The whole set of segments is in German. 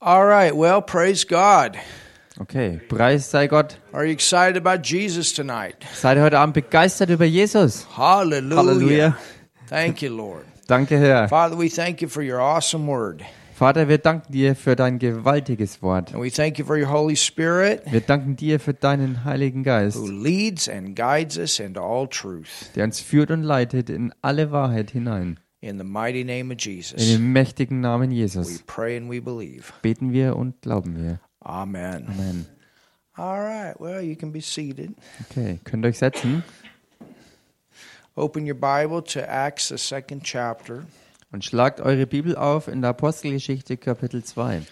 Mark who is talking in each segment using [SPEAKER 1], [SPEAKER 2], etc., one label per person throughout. [SPEAKER 1] All right, well, praise God.
[SPEAKER 2] Okay, Preis sei Gott.
[SPEAKER 1] Are you excited about Jesus tonight?
[SPEAKER 2] Seid ihr heute Abend begeistert über Jesus.
[SPEAKER 1] Hallelujah.
[SPEAKER 2] Halleluja.
[SPEAKER 1] Thank you, Lord.
[SPEAKER 2] Danke, Herr.
[SPEAKER 1] Father, we thank you for your awesome word.
[SPEAKER 2] Vater, wir danken dir für dein gewaltiges Wort.
[SPEAKER 1] And we thank you for your Holy Spirit
[SPEAKER 2] Wir danken dir für deinen Heiligen Geist,
[SPEAKER 1] who leads and guides us into all truth.
[SPEAKER 2] der uns führt und leitet in alle Wahrheit hinein.
[SPEAKER 1] In the mighty name of
[SPEAKER 2] In
[SPEAKER 1] Jesus,
[SPEAKER 2] dem mächtigen Namen
[SPEAKER 1] we
[SPEAKER 2] Jesus
[SPEAKER 1] pray and we believe.
[SPEAKER 2] beten wir und glauben wir.
[SPEAKER 1] Amen.
[SPEAKER 2] Amen.
[SPEAKER 1] All right, well, you can be seated.
[SPEAKER 2] Okay, könnt ihr euch setzen
[SPEAKER 1] Open your Bible to Acts, the second chapter,
[SPEAKER 2] und schlagt eure Bibel auf in der Apostelgeschichte Kapitel 2.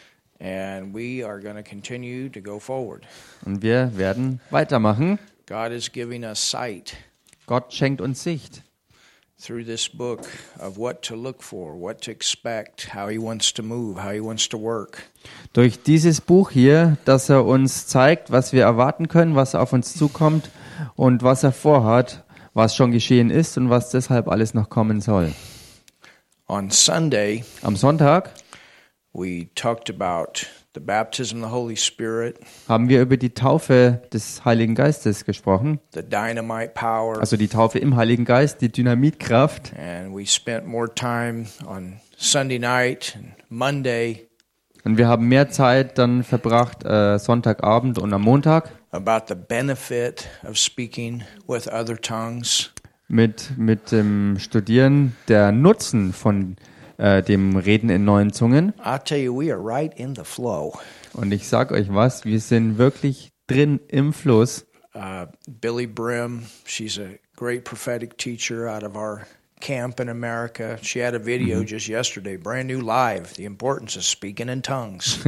[SPEAKER 1] and we are going to continue to go forward.
[SPEAKER 2] Und wir werden weitermachen.
[SPEAKER 1] God is giving us sight
[SPEAKER 2] Gott schenkt uns Sicht.
[SPEAKER 1] through this book of what to look for, what to expect, how He wants to move, how He wants to work.
[SPEAKER 2] Durch dieses Buch hier, dass er uns zeigt, was wir erwarten können, was auf uns zukommt und was er vorhat, was schon geschehen ist und was deshalb alles noch kommen soll.
[SPEAKER 1] On Sunday,
[SPEAKER 2] Am Sonntag
[SPEAKER 1] we talked about the baptism of the Holy Spirit,
[SPEAKER 2] haben wir über die Taufe des Heiligen Geistes gesprochen,
[SPEAKER 1] the dynamite power,
[SPEAKER 2] also die Taufe im Heiligen Geist, die Dynamitkraft.
[SPEAKER 1] and we spent more time on Sunday night and Monday
[SPEAKER 2] Und wir haben mehr Zeit dann verbracht äh, Sonntagabend und am Montag
[SPEAKER 1] about the benefit of speaking with other tongues.
[SPEAKER 2] mit, mit dem Studieren der Nutzen von äh, dem Reden in neuen Zungen.
[SPEAKER 1] I tell you, we are right in the flow.
[SPEAKER 2] Und ich sag euch was, wir sind wirklich drin im Fluss.
[SPEAKER 1] Uh, Billy Brim, she's a great prophetic teacher out of our camp in America. She had a video
[SPEAKER 2] Mm-hmm.
[SPEAKER 1] just yesterday, brand new live, the importance of speaking in tongues.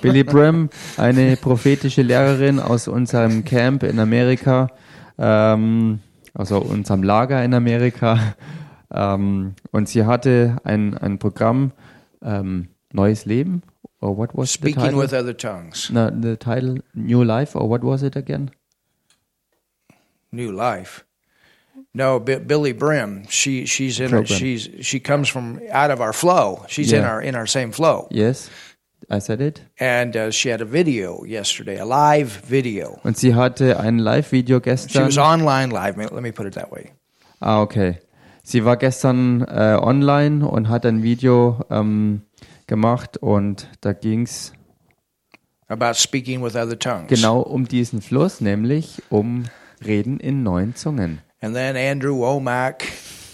[SPEAKER 2] Billy Brim, eine prophetische Lehrerin aus unserem Camp in Amerika, ähm, also unserem Lager in Amerika. Ähm, und sie hatte ein, ein Programm, ähm, Neues Leben, or what was the
[SPEAKER 1] speaking
[SPEAKER 2] title?
[SPEAKER 1] with other tongues,
[SPEAKER 2] Na, the title New Life, or what was it again?
[SPEAKER 1] new life. No, Bi- Billy Brim, she she's in
[SPEAKER 2] Program.
[SPEAKER 1] she's she comes from out of our flow. She's in
[SPEAKER 2] Yeah.
[SPEAKER 1] our in our same flow.
[SPEAKER 2] Yes, I said it.
[SPEAKER 1] And uh, she had a video yesterday, a live video.
[SPEAKER 2] Und sie hatte ein Live-Video
[SPEAKER 1] She
[SPEAKER 2] gestern.
[SPEAKER 1] was online live. Let me put it that way.
[SPEAKER 2] Ah, okay. Sie war gestern äh, online und hat ein Video ähm, gemacht und da ging es
[SPEAKER 1] About speaking with other tongues.
[SPEAKER 2] genau um diesen Fluss, nämlich um Reden in neuen Zungen.
[SPEAKER 1] And then Andrew Womack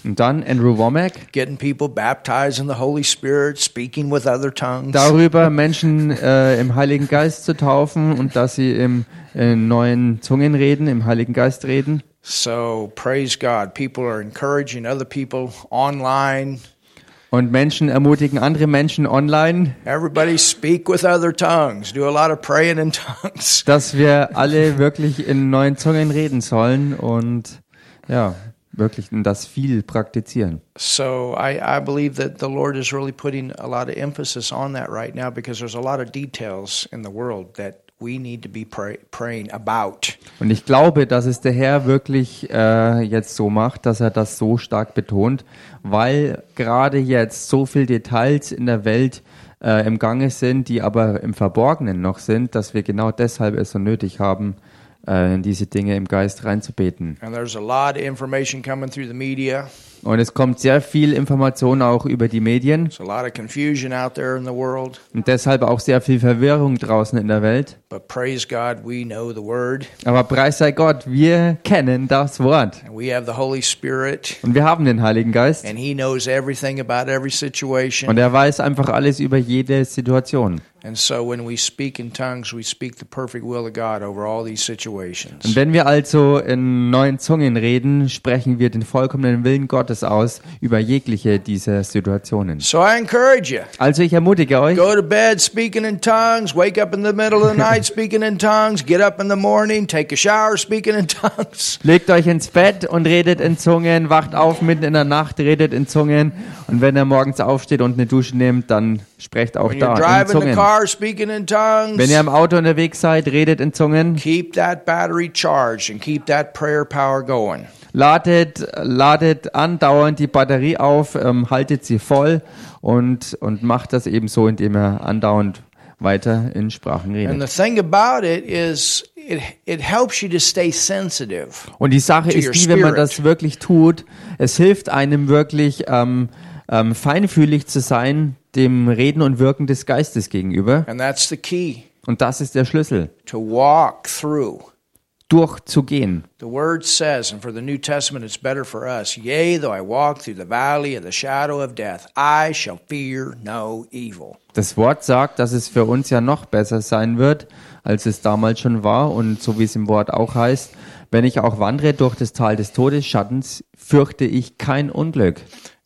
[SPEAKER 2] Und dann Andrew Womack
[SPEAKER 1] getting people baptized in the Holy Spirit, speaking with other tongues.
[SPEAKER 2] darüber, Menschen äh, im Heiligen Geist zu taufen und dass sie im in neuen Zungen reden, im Heiligen Geist reden.
[SPEAKER 1] So praise God. People are encouraging other people online.
[SPEAKER 2] Und Menschen ermutigen andere Menschen online,
[SPEAKER 1] Everybody speak with other tongues. Do a lot of praying in tongues.
[SPEAKER 2] dass wir alle wirklich in neuen Zungen reden sollen und ja, wirklich das viel praktizieren.
[SPEAKER 1] So I, I believe that the Lord is really putting a lot of emphasis on that right now because there's a lot of details in the world that we need to be pray, praying about.
[SPEAKER 2] Und ich glaube, dass es der Herr wirklich äh, jetzt so macht, dass er das so stark betont, weil gerade jetzt so viel Details in der Welt äh, im Gange sind, die aber im Verborgenen noch sind, dass wir genau deshalb es so nötig haben, äh, in diese Dinge im Geist reinzubeten.
[SPEAKER 1] And there's a lot of information coming through the media.
[SPEAKER 2] Und es kommt sehr viel Information auch über die Medien
[SPEAKER 1] There's a lot of confusion out there in the world.
[SPEAKER 2] und deshalb auch sehr viel Verwirrung draußen in der Welt.
[SPEAKER 1] But praise God, we know the Word,
[SPEAKER 2] Aber preis sei Gott, wir kennen das Wort
[SPEAKER 1] and we have the Holy Spirit,
[SPEAKER 2] und wir haben den Heiligen Geist.
[SPEAKER 1] and He knows everything about every
[SPEAKER 2] Und
[SPEAKER 1] situation.
[SPEAKER 2] er weiß einfach alles über jede Situation.
[SPEAKER 1] And so when we speak in tongues, we speak the perfect will of God over all these situations.
[SPEAKER 2] Und wenn wir also in neuen Zungen reden, sprechen wir den vollkommenen Willen Gottes aus über jegliche dieser Situationen.
[SPEAKER 1] So I encourage you.
[SPEAKER 2] Also ich ermutige euch,
[SPEAKER 1] Go to bed speaking in tongues, wake up in the middle of the night speaking in tongues, get up in the morning, take a shower speaking in tongues.
[SPEAKER 2] legt euch ins Bett und redet in Zungen, wacht auf mitten in der Nacht, redet in Zungen. Und wenn ihr morgens aufsteht und eine Dusche nehmt, dann sprecht auch
[SPEAKER 1] When you're
[SPEAKER 2] da in
[SPEAKER 1] driving the
[SPEAKER 2] Zungen.
[SPEAKER 1] car speaking in tongues.
[SPEAKER 2] Wenn ihr im Auto unterwegs seid, redet in Zungen.
[SPEAKER 1] keep that battery charged and keep that prayer power going.
[SPEAKER 2] Ladet, ladet andauernd die Batterie auf, ähm, haltet sie voll und, und macht das eben so, indem ihr andauernd weiter in Sprachen
[SPEAKER 1] And
[SPEAKER 2] redet.
[SPEAKER 1] the thing about it is, it it helps you to stay sensitive.
[SPEAKER 2] Und die Sache
[SPEAKER 1] to your
[SPEAKER 2] ist die, wenn man
[SPEAKER 1] spirit.
[SPEAKER 2] das wirklich tut, es hilft einem wirklich ähm, ähm, feinfühlig zu sein dem Reden und Wirken des Geistes gegenüber.
[SPEAKER 1] And that's the key
[SPEAKER 2] Und das ist der Schlüssel,
[SPEAKER 1] to walk through.
[SPEAKER 2] durchzugehen.
[SPEAKER 1] The word says, and for the New Testament it's better for us, yea, though I walk through the valley of the shadow of death, I shall fear no evil.
[SPEAKER 2] Das Wort sagt, dass es für uns ja noch besser sein wird, als es damals schon war und so wie es im Wort auch heißt, wenn ich auch wandere durch das Tal des Todesschattens, fürchte ich kein Unglück.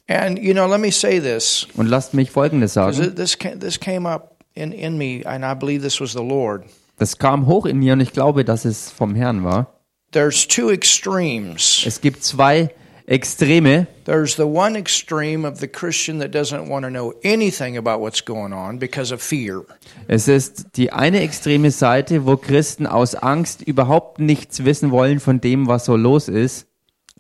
[SPEAKER 1] And you know, let me say this,
[SPEAKER 2] Und lasst mich Folgendes
[SPEAKER 1] 'cause
[SPEAKER 2] sagen.
[SPEAKER 1] it- this ca- this came up in, in me, and I believe this was the Lord.
[SPEAKER 2] Das kam hoch in mir und ich glaube, dass es vom Herrn war.
[SPEAKER 1] There's two extremes.
[SPEAKER 2] Es gibt zwei Extreme.
[SPEAKER 1] There's the one extreme of the Christian that doesn't want to know anything about what's going on because of fear.
[SPEAKER 2] Es ist die eine extreme Seite, wo Christen aus Angst überhaupt nichts wissen wollen von dem, was so los ist.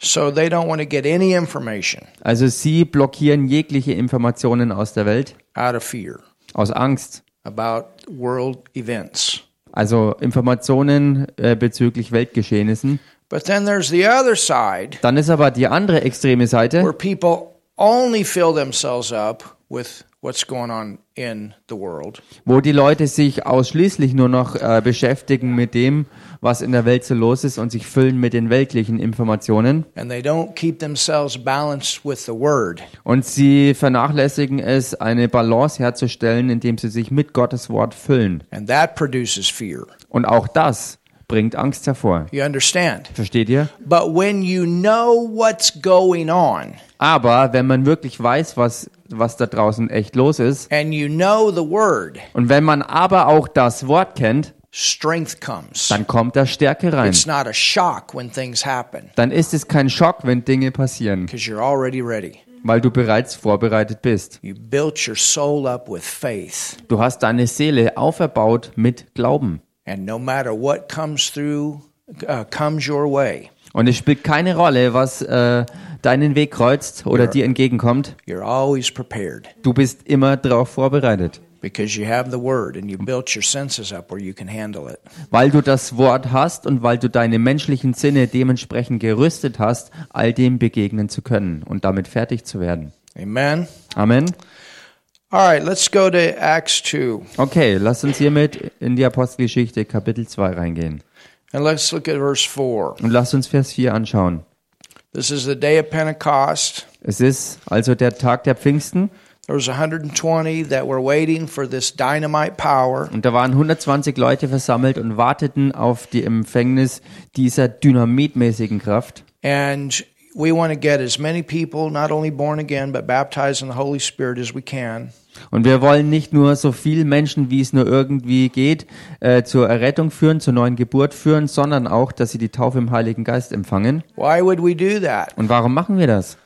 [SPEAKER 1] So they don't want to get any information
[SPEAKER 2] Also sie blockieren jegliche Informationen aus der Welt,
[SPEAKER 1] out of fear
[SPEAKER 2] aus Angst.
[SPEAKER 1] about world events.
[SPEAKER 2] Also Informationen äh, bezüglich Weltgeschehnissen.
[SPEAKER 1] But then there's the other side
[SPEAKER 2] Dann ist aber die andere extreme
[SPEAKER 1] where
[SPEAKER 2] Seite,
[SPEAKER 1] people only fill themselves up with what's going on in the world.
[SPEAKER 2] wo die Leute sich ausschließlich nur noch äh, beschäftigen mit dem, was in der Welt so los ist und sich füllen mit den weltlichen Informationen.
[SPEAKER 1] And they don't keep themselves balanced with the word.
[SPEAKER 2] Und sie vernachlässigen es, eine Balance herzustellen, indem sie sich mit Gottes Wort füllen.
[SPEAKER 1] And that produces fear.
[SPEAKER 2] Und auch das bringt Angst hervor.
[SPEAKER 1] You understand?
[SPEAKER 2] Versteht ihr?
[SPEAKER 1] But when you know what's going on
[SPEAKER 2] Aber wenn man wirklich weiß, was, was da draußen echt los ist,
[SPEAKER 1] and you know the word,
[SPEAKER 2] und wenn man aber auch das Wort kennt,
[SPEAKER 1] strength comes.
[SPEAKER 2] dann kommt da Stärke rein.
[SPEAKER 1] It's not a shock when things happen
[SPEAKER 2] Dann ist es kein Schock, wenn Dinge passieren,
[SPEAKER 1] because you're already ready.
[SPEAKER 2] weil du bereits vorbereitet bist.
[SPEAKER 1] You built your soul up with faith.
[SPEAKER 2] Du hast deine Seele auferbaut mit Glauben.
[SPEAKER 1] And no matter what comes through, uh, comes your way,
[SPEAKER 2] Und es spielt keine Rolle, was äh, deinen Weg kreuzt oder dir entgegenkommt.
[SPEAKER 1] you're always prepared.
[SPEAKER 2] Du bist immer darauf vorbereitet,
[SPEAKER 1] because you have the word and you built your senses up where you can handle it.
[SPEAKER 2] weil du das Wort hast und weil du deine menschlichen Sinne dementsprechend gerüstet hast, all dem begegnen zu können und damit fertig zu werden.
[SPEAKER 1] Amen.
[SPEAKER 2] Amen.
[SPEAKER 1] All right, let's go to Acts 2
[SPEAKER 2] Okay, lasst uns hiermit in die Apostelgeschichte Kapitel 2 reingehen.
[SPEAKER 1] and let's look at verse 4.
[SPEAKER 2] Und lasst uns Vers 4 anschauen.
[SPEAKER 1] This is the day of Pentecost.
[SPEAKER 2] Es ist also der Tag der Pfingsten
[SPEAKER 1] There was 120 that were waiting for this dynamite power.
[SPEAKER 2] und da waren 120 Leute versammelt und warteten auf die Empfängnis dieser dynamitmäßigen Kraft.
[SPEAKER 1] And we want to get as many people, not only born again, but baptized in the Holy Spirit as we can.
[SPEAKER 2] Und wir wollen nicht nur so viele Menschen, wie es nur irgendwie geht, äh, zur Errettung führen, zur neuen Geburt führen, sondern auch, dass sie die Taufe im Heiligen Geist empfangen.
[SPEAKER 1] Why would we do that?
[SPEAKER 2] Und warum machen wir das?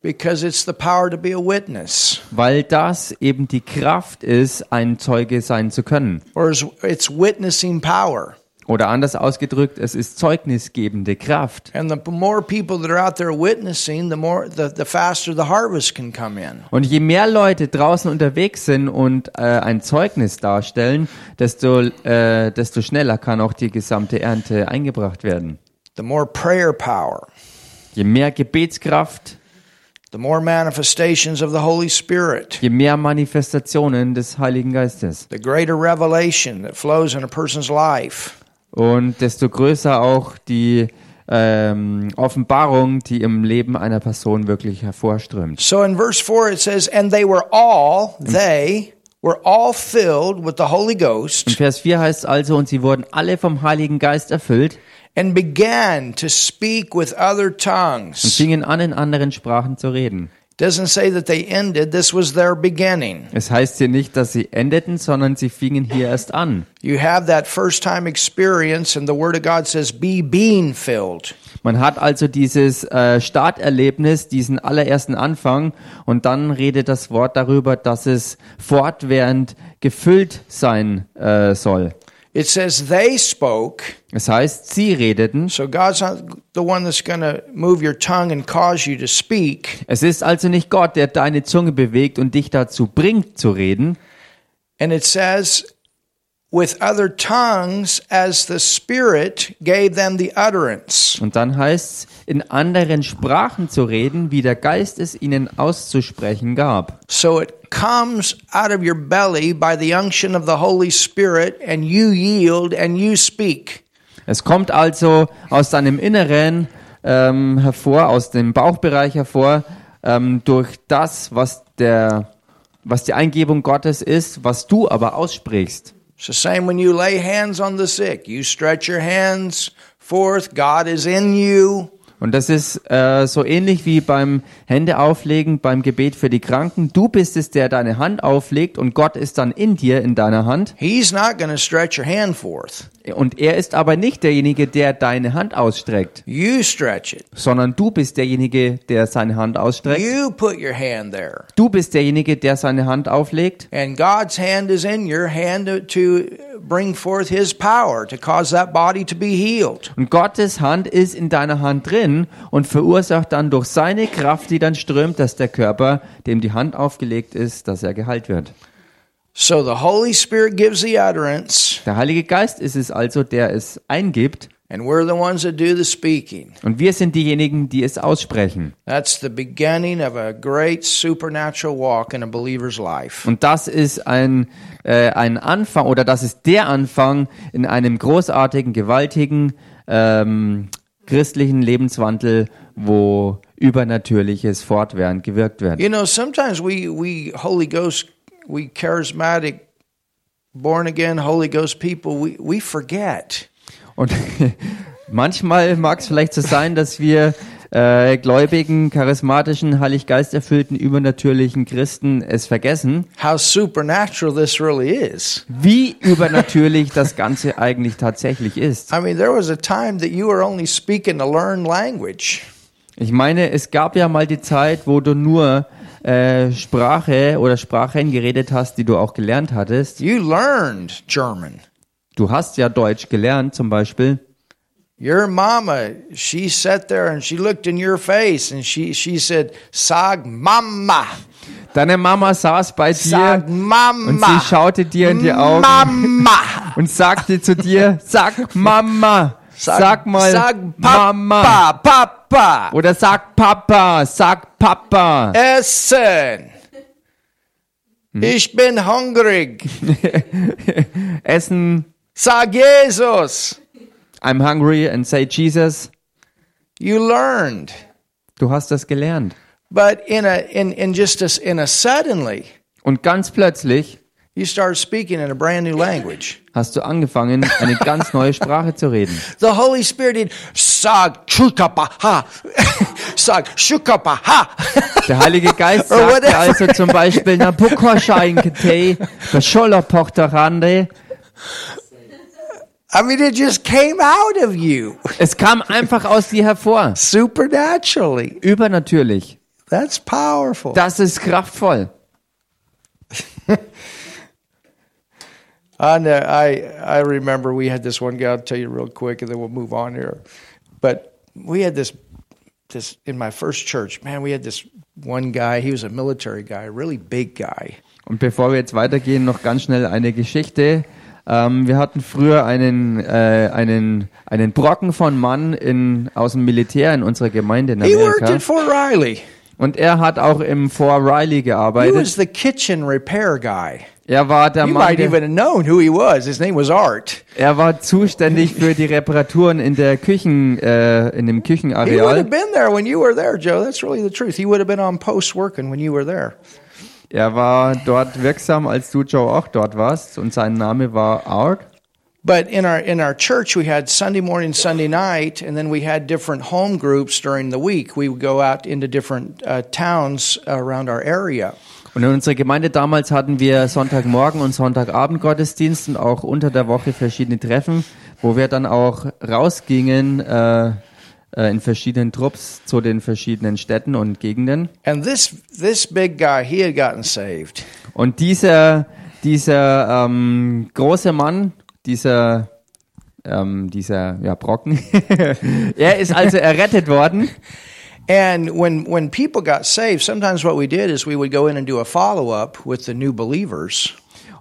[SPEAKER 1] Because it's the power to be a witness,
[SPEAKER 2] Weil das eben die Kraft ist, ein Zeuge sein zu können.
[SPEAKER 1] or is- it's witnessing power.
[SPEAKER 2] Oder anders ausgedrückt, es ist zeugnisgebende Kraft.
[SPEAKER 1] And the more people that are out there witnessing, the more the, the faster the harvest can come in.
[SPEAKER 2] Und je mehr Leute draußen unterwegs sind und äh, ein Zeugnis darstellen, desto, äh, desto schneller kann auch die gesamte Ernte eingebracht werden.
[SPEAKER 1] The more prayer power,
[SPEAKER 2] Je mehr Gebetskraft,
[SPEAKER 1] the more manifestations of the Holy Spirit,
[SPEAKER 2] je mehr Manifestationen des Heiligen Geistes
[SPEAKER 1] the greater revelation that flows in a person's life.
[SPEAKER 2] und desto größer auch die ähm, Offenbarung, die im Leben einer Person wirklich hervorströmt.
[SPEAKER 1] So in verse 4 it says, And they were all, they were all filled with the Holy
[SPEAKER 2] In
[SPEAKER 1] Ghost
[SPEAKER 2] Vers 4 heißt es also, und sie wurden alle vom Heiligen Geist erfüllt
[SPEAKER 1] and began to speak with other
[SPEAKER 2] und
[SPEAKER 1] tongues.
[SPEAKER 2] fingen an, in anderen Sprachen zu reden.
[SPEAKER 1] Doesn't say that they ended, this was their beginning.
[SPEAKER 2] Es heißt hier nicht, dass sie endeten, sondern sie fingen hier erst an.
[SPEAKER 1] You have that first time experience, and the Word of God says, Be being filled.
[SPEAKER 2] Man hat also dieses äh, Starterlebnis, diesen allerersten Anfang und dann redet das Wort darüber, dass es fortwährend gefüllt sein äh, soll.
[SPEAKER 1] It says they spoke.
[SPEAKER 2] Es heißt, sie redeten.
[SPEAKER 1] So God's not the one that's going to move your tongue and cause you to speak.
[SPEAKER 2] Es ist also nicht Gott, der deine Zunge bewegt und dich dazu bringt zu reden,
[SPEAKER 1] And it says, with other tongues as the Spirit gave them the utterance.
[SPEAKER 2] Und dann heißt es, in anderen Sprachen zu reden, wie der Geist es ihnen auszusprechen gab.
[SPEAKER 1] So it comes out of your belly by the unction of the Holy Spirit, and you yield and you speak.
[SPEAKER 2] Es kommt also aus deinem Inneren ähm, hervor, aus dem Bauchbereich hervor, ähm, durch das, was, der, was die Eingebung Gottes ist, was du aber aussprichst.
[SPEAKER 1] It's the same when you lay hands on the sick. You stretch your hands forth, God is in you.
[SPEAKER 2] Und das ist äh, so ähnlich wie beim Händeauflegen, beim Gebet für die Kranken. Du bist es, der deine Hand auflegt und Gott ist dann in dir, in deiner Hand.
[SPEAKER 1] He's not going to stretch your hand forth.
[SPEAKER 2] Und er ist aber nicht derjenige, der deine Hand ausstreckt,
[SPEAKER 1] You stretch it.
[SPEAKER 2] sondern du bist derjenige, der seine Hand ausstreckt.
[SPEAKER 1] You put your hand there.
[SPEAKER 2] Du bist derjenige, der seine Hand auflegt.
[SPEAKER 1] And God's hand is in your hand to- to bring forth His power to cause that body to be healed.
[SPEAKER 2] Und Gottes Hand ist in deiner Hand drin und verursacht dann durch seine Kraft, die dann strömt, dass der Körper, dem die Hand aufgelegt ist, dass er geheilt wird.
[SPEAKER 1] So the Holy Spirit gives the utterance,
[SPEAKER 2] Der Heilige Geist ist es also, der es eingibt.
[SPEAKER 1] and we're the ones that do the speaking.
[SPEAKER 2] Und wir sind diejenigen, die es aussprechen.
[SPEAKER 1] That's the beginning of a great supernatural walk in a believer's life.
[SPEAKER 2] Und das ist ein, äh, ein Anfang oder das ist der Anfang in einem großartigen, gewaltigen ähm, christlichen Lebenswandel, wo Übernatürliches fortwährend gewirkt wird.
[SPEAKER 1] You know, sometimes we, we Holy Ghost, we charismatic, born again Holy Ghost people, we, we forget.
[SPEAKER 2] Und manchmal mag es vielleicht so sein, dass wir äh, gläubigen, charismatischen, heiliggeisterfüllten, übernatürlichen Christen es vergessen,
[SPEAKER 1] How supernatural this really is.
[SPEAKER 2] wie übernatürlich das Ganze eigentlich tatsächlich ist.
[SPEAKER 1] I mean, there was a time that you were only speaking a learned language.
[SPEAKER 2] Ich meine, es gab ja mal die Zeit, wo du nur äh, Sprache oder Sprachen geredet hast, die du auch gelernt hattest.
[SPEAKER 1] You learned German.
[SPEAKER 2] Du hast ja Deutsch gelernt zum Beispiel.
[SPEAKER 1] Your mama, she sat there and she looked in your face and she, she said, Sag Mama,
[SPEAKER 2] Deine Mama saß bei dir
[SPEAKER 1] Sag Mama.
[SPEAKER 2] und sie schaute dir in die Augen
[SPEAKER 1] Mama.
[SPEAKER 2] und sagte zu dir, sag Mama, sag, mal
[SPEAKER 1] sag Papa,
[SPEAKER 2] Mama
[SPEAKER 1] Papa,
[SPEAKER 2] oder sag Papa, sag Papa.
[SPEAKER 1] Essen. Ich bin hungrig.
[SPEAKER 2] Essen,
[SPEAKER 1] Sag Jesus.
[SPEAKER 2] I'm hungry and say Jesus.
[SPEAKER 1] You learned.
[SPEAKER 2] Du hast das gelernt.
[SPEAKER 1] But in a in, in just a, s- in a suddenly,
[SPEAKER 2] Und ganz plötzlich
[SPEAKER 1] you start speaking in a brand new language.
[SPEAKER 2] hast du angefangen, eine ganz neue Sprache zu reden.
[SPEAKER 1] The Holy Spirit did sag chukapaha, sag shukapaha.
[SPEAKER 2] Der Heilige Geist
[SPEAKER 1] Or
[SPEAKER 2] sagte
[SPEAKER 1] whatever.
[SPEAKER 2] also zum Beispiel Nabukoschainketei, Beschollerpochterande.
[SPEAKER 1] I mean, it just came out of you
[SPEAKER 2] Es kam einfach aus dir hervor.
[SPEAKER 1] supernaturally.
[SPEAKER 2] Übernatürlich.
[SPEAKER 1] That's powerful.
[SPEAKER 2] Das ist kraftvoll.
[SPEAKER 1] I know. I I remember we had this one guy. I'll tell you real quick, and then we'll move on here. But we had this this in my first church. Man, we had this one guy. He was a military guy, a really big guy.
[SPEAKER 2] Und bevor wir jetzt weitergehen, noch ganz schnell eine Geschichte. Ähm, wir hatten früher einen, äh, einen, einen Brocken von Mann in, aus dem Militär in unserer Gemeinde in
[SPEAKER 1] He worked
[SPEAKER 2] Amerika.
[SPEAKER 1] at Fort Riley.
[SPEAKER 2] Und er hat auch im Fort Riley
[SPEAKER 1] He
[SPEAKER 2] gearbeitet.
[SPEAKER 1] was the kitchen repair guy.
[SPEAKER 2] Er war der
[SPEAKER 1] You
[SPEAKER 2] Mann,
[SPEAKER 1] might
[SPEAKER 2] der
[SPEAKER 1] even have known who he was. His name was Art.
[SPEAKER 2] Er war zuständig für die Reparaturen in der Küchen, äh, in dem
[SPEAKER 1] He would have
[SPEAKER 2] Küchenareal.
[SPEAKER 1] been there when you were there, Joe. That's really the truth. He would have been on post working when you were there.
[SPEAKER 2] Er war dort wirksam, als du Joe auch dort warst und sein Name war Art.
[SPEAKER 1] But in our in our church, we had Sunday morning, Sunday night, and then we had different home groups during the week. We would go out into different uh, towns around our area.
[SPEAKER 2] Und in unserer Gemeinde damals hatten wir Sonntagmorgen und Sonntagabend Gottesdienst und auch unter der Woche verschiedene Treffen, wo wir dann auch rausgingen äh, äh, in verschiedenen Trupps zu den verschiedenen Städten und Gegenden.
[SPEAKER 1] And this this big guy, he had gotten saved.
[SPEAKER 2] Und dieser, dieser ähm, große Mann, dieser, ähm, dieser ja, Brocken, er ist also errettet worden.
[SPEAKER 1] And when when people got saved, sometimes what we did is we would go in and do a follow up with the new believers.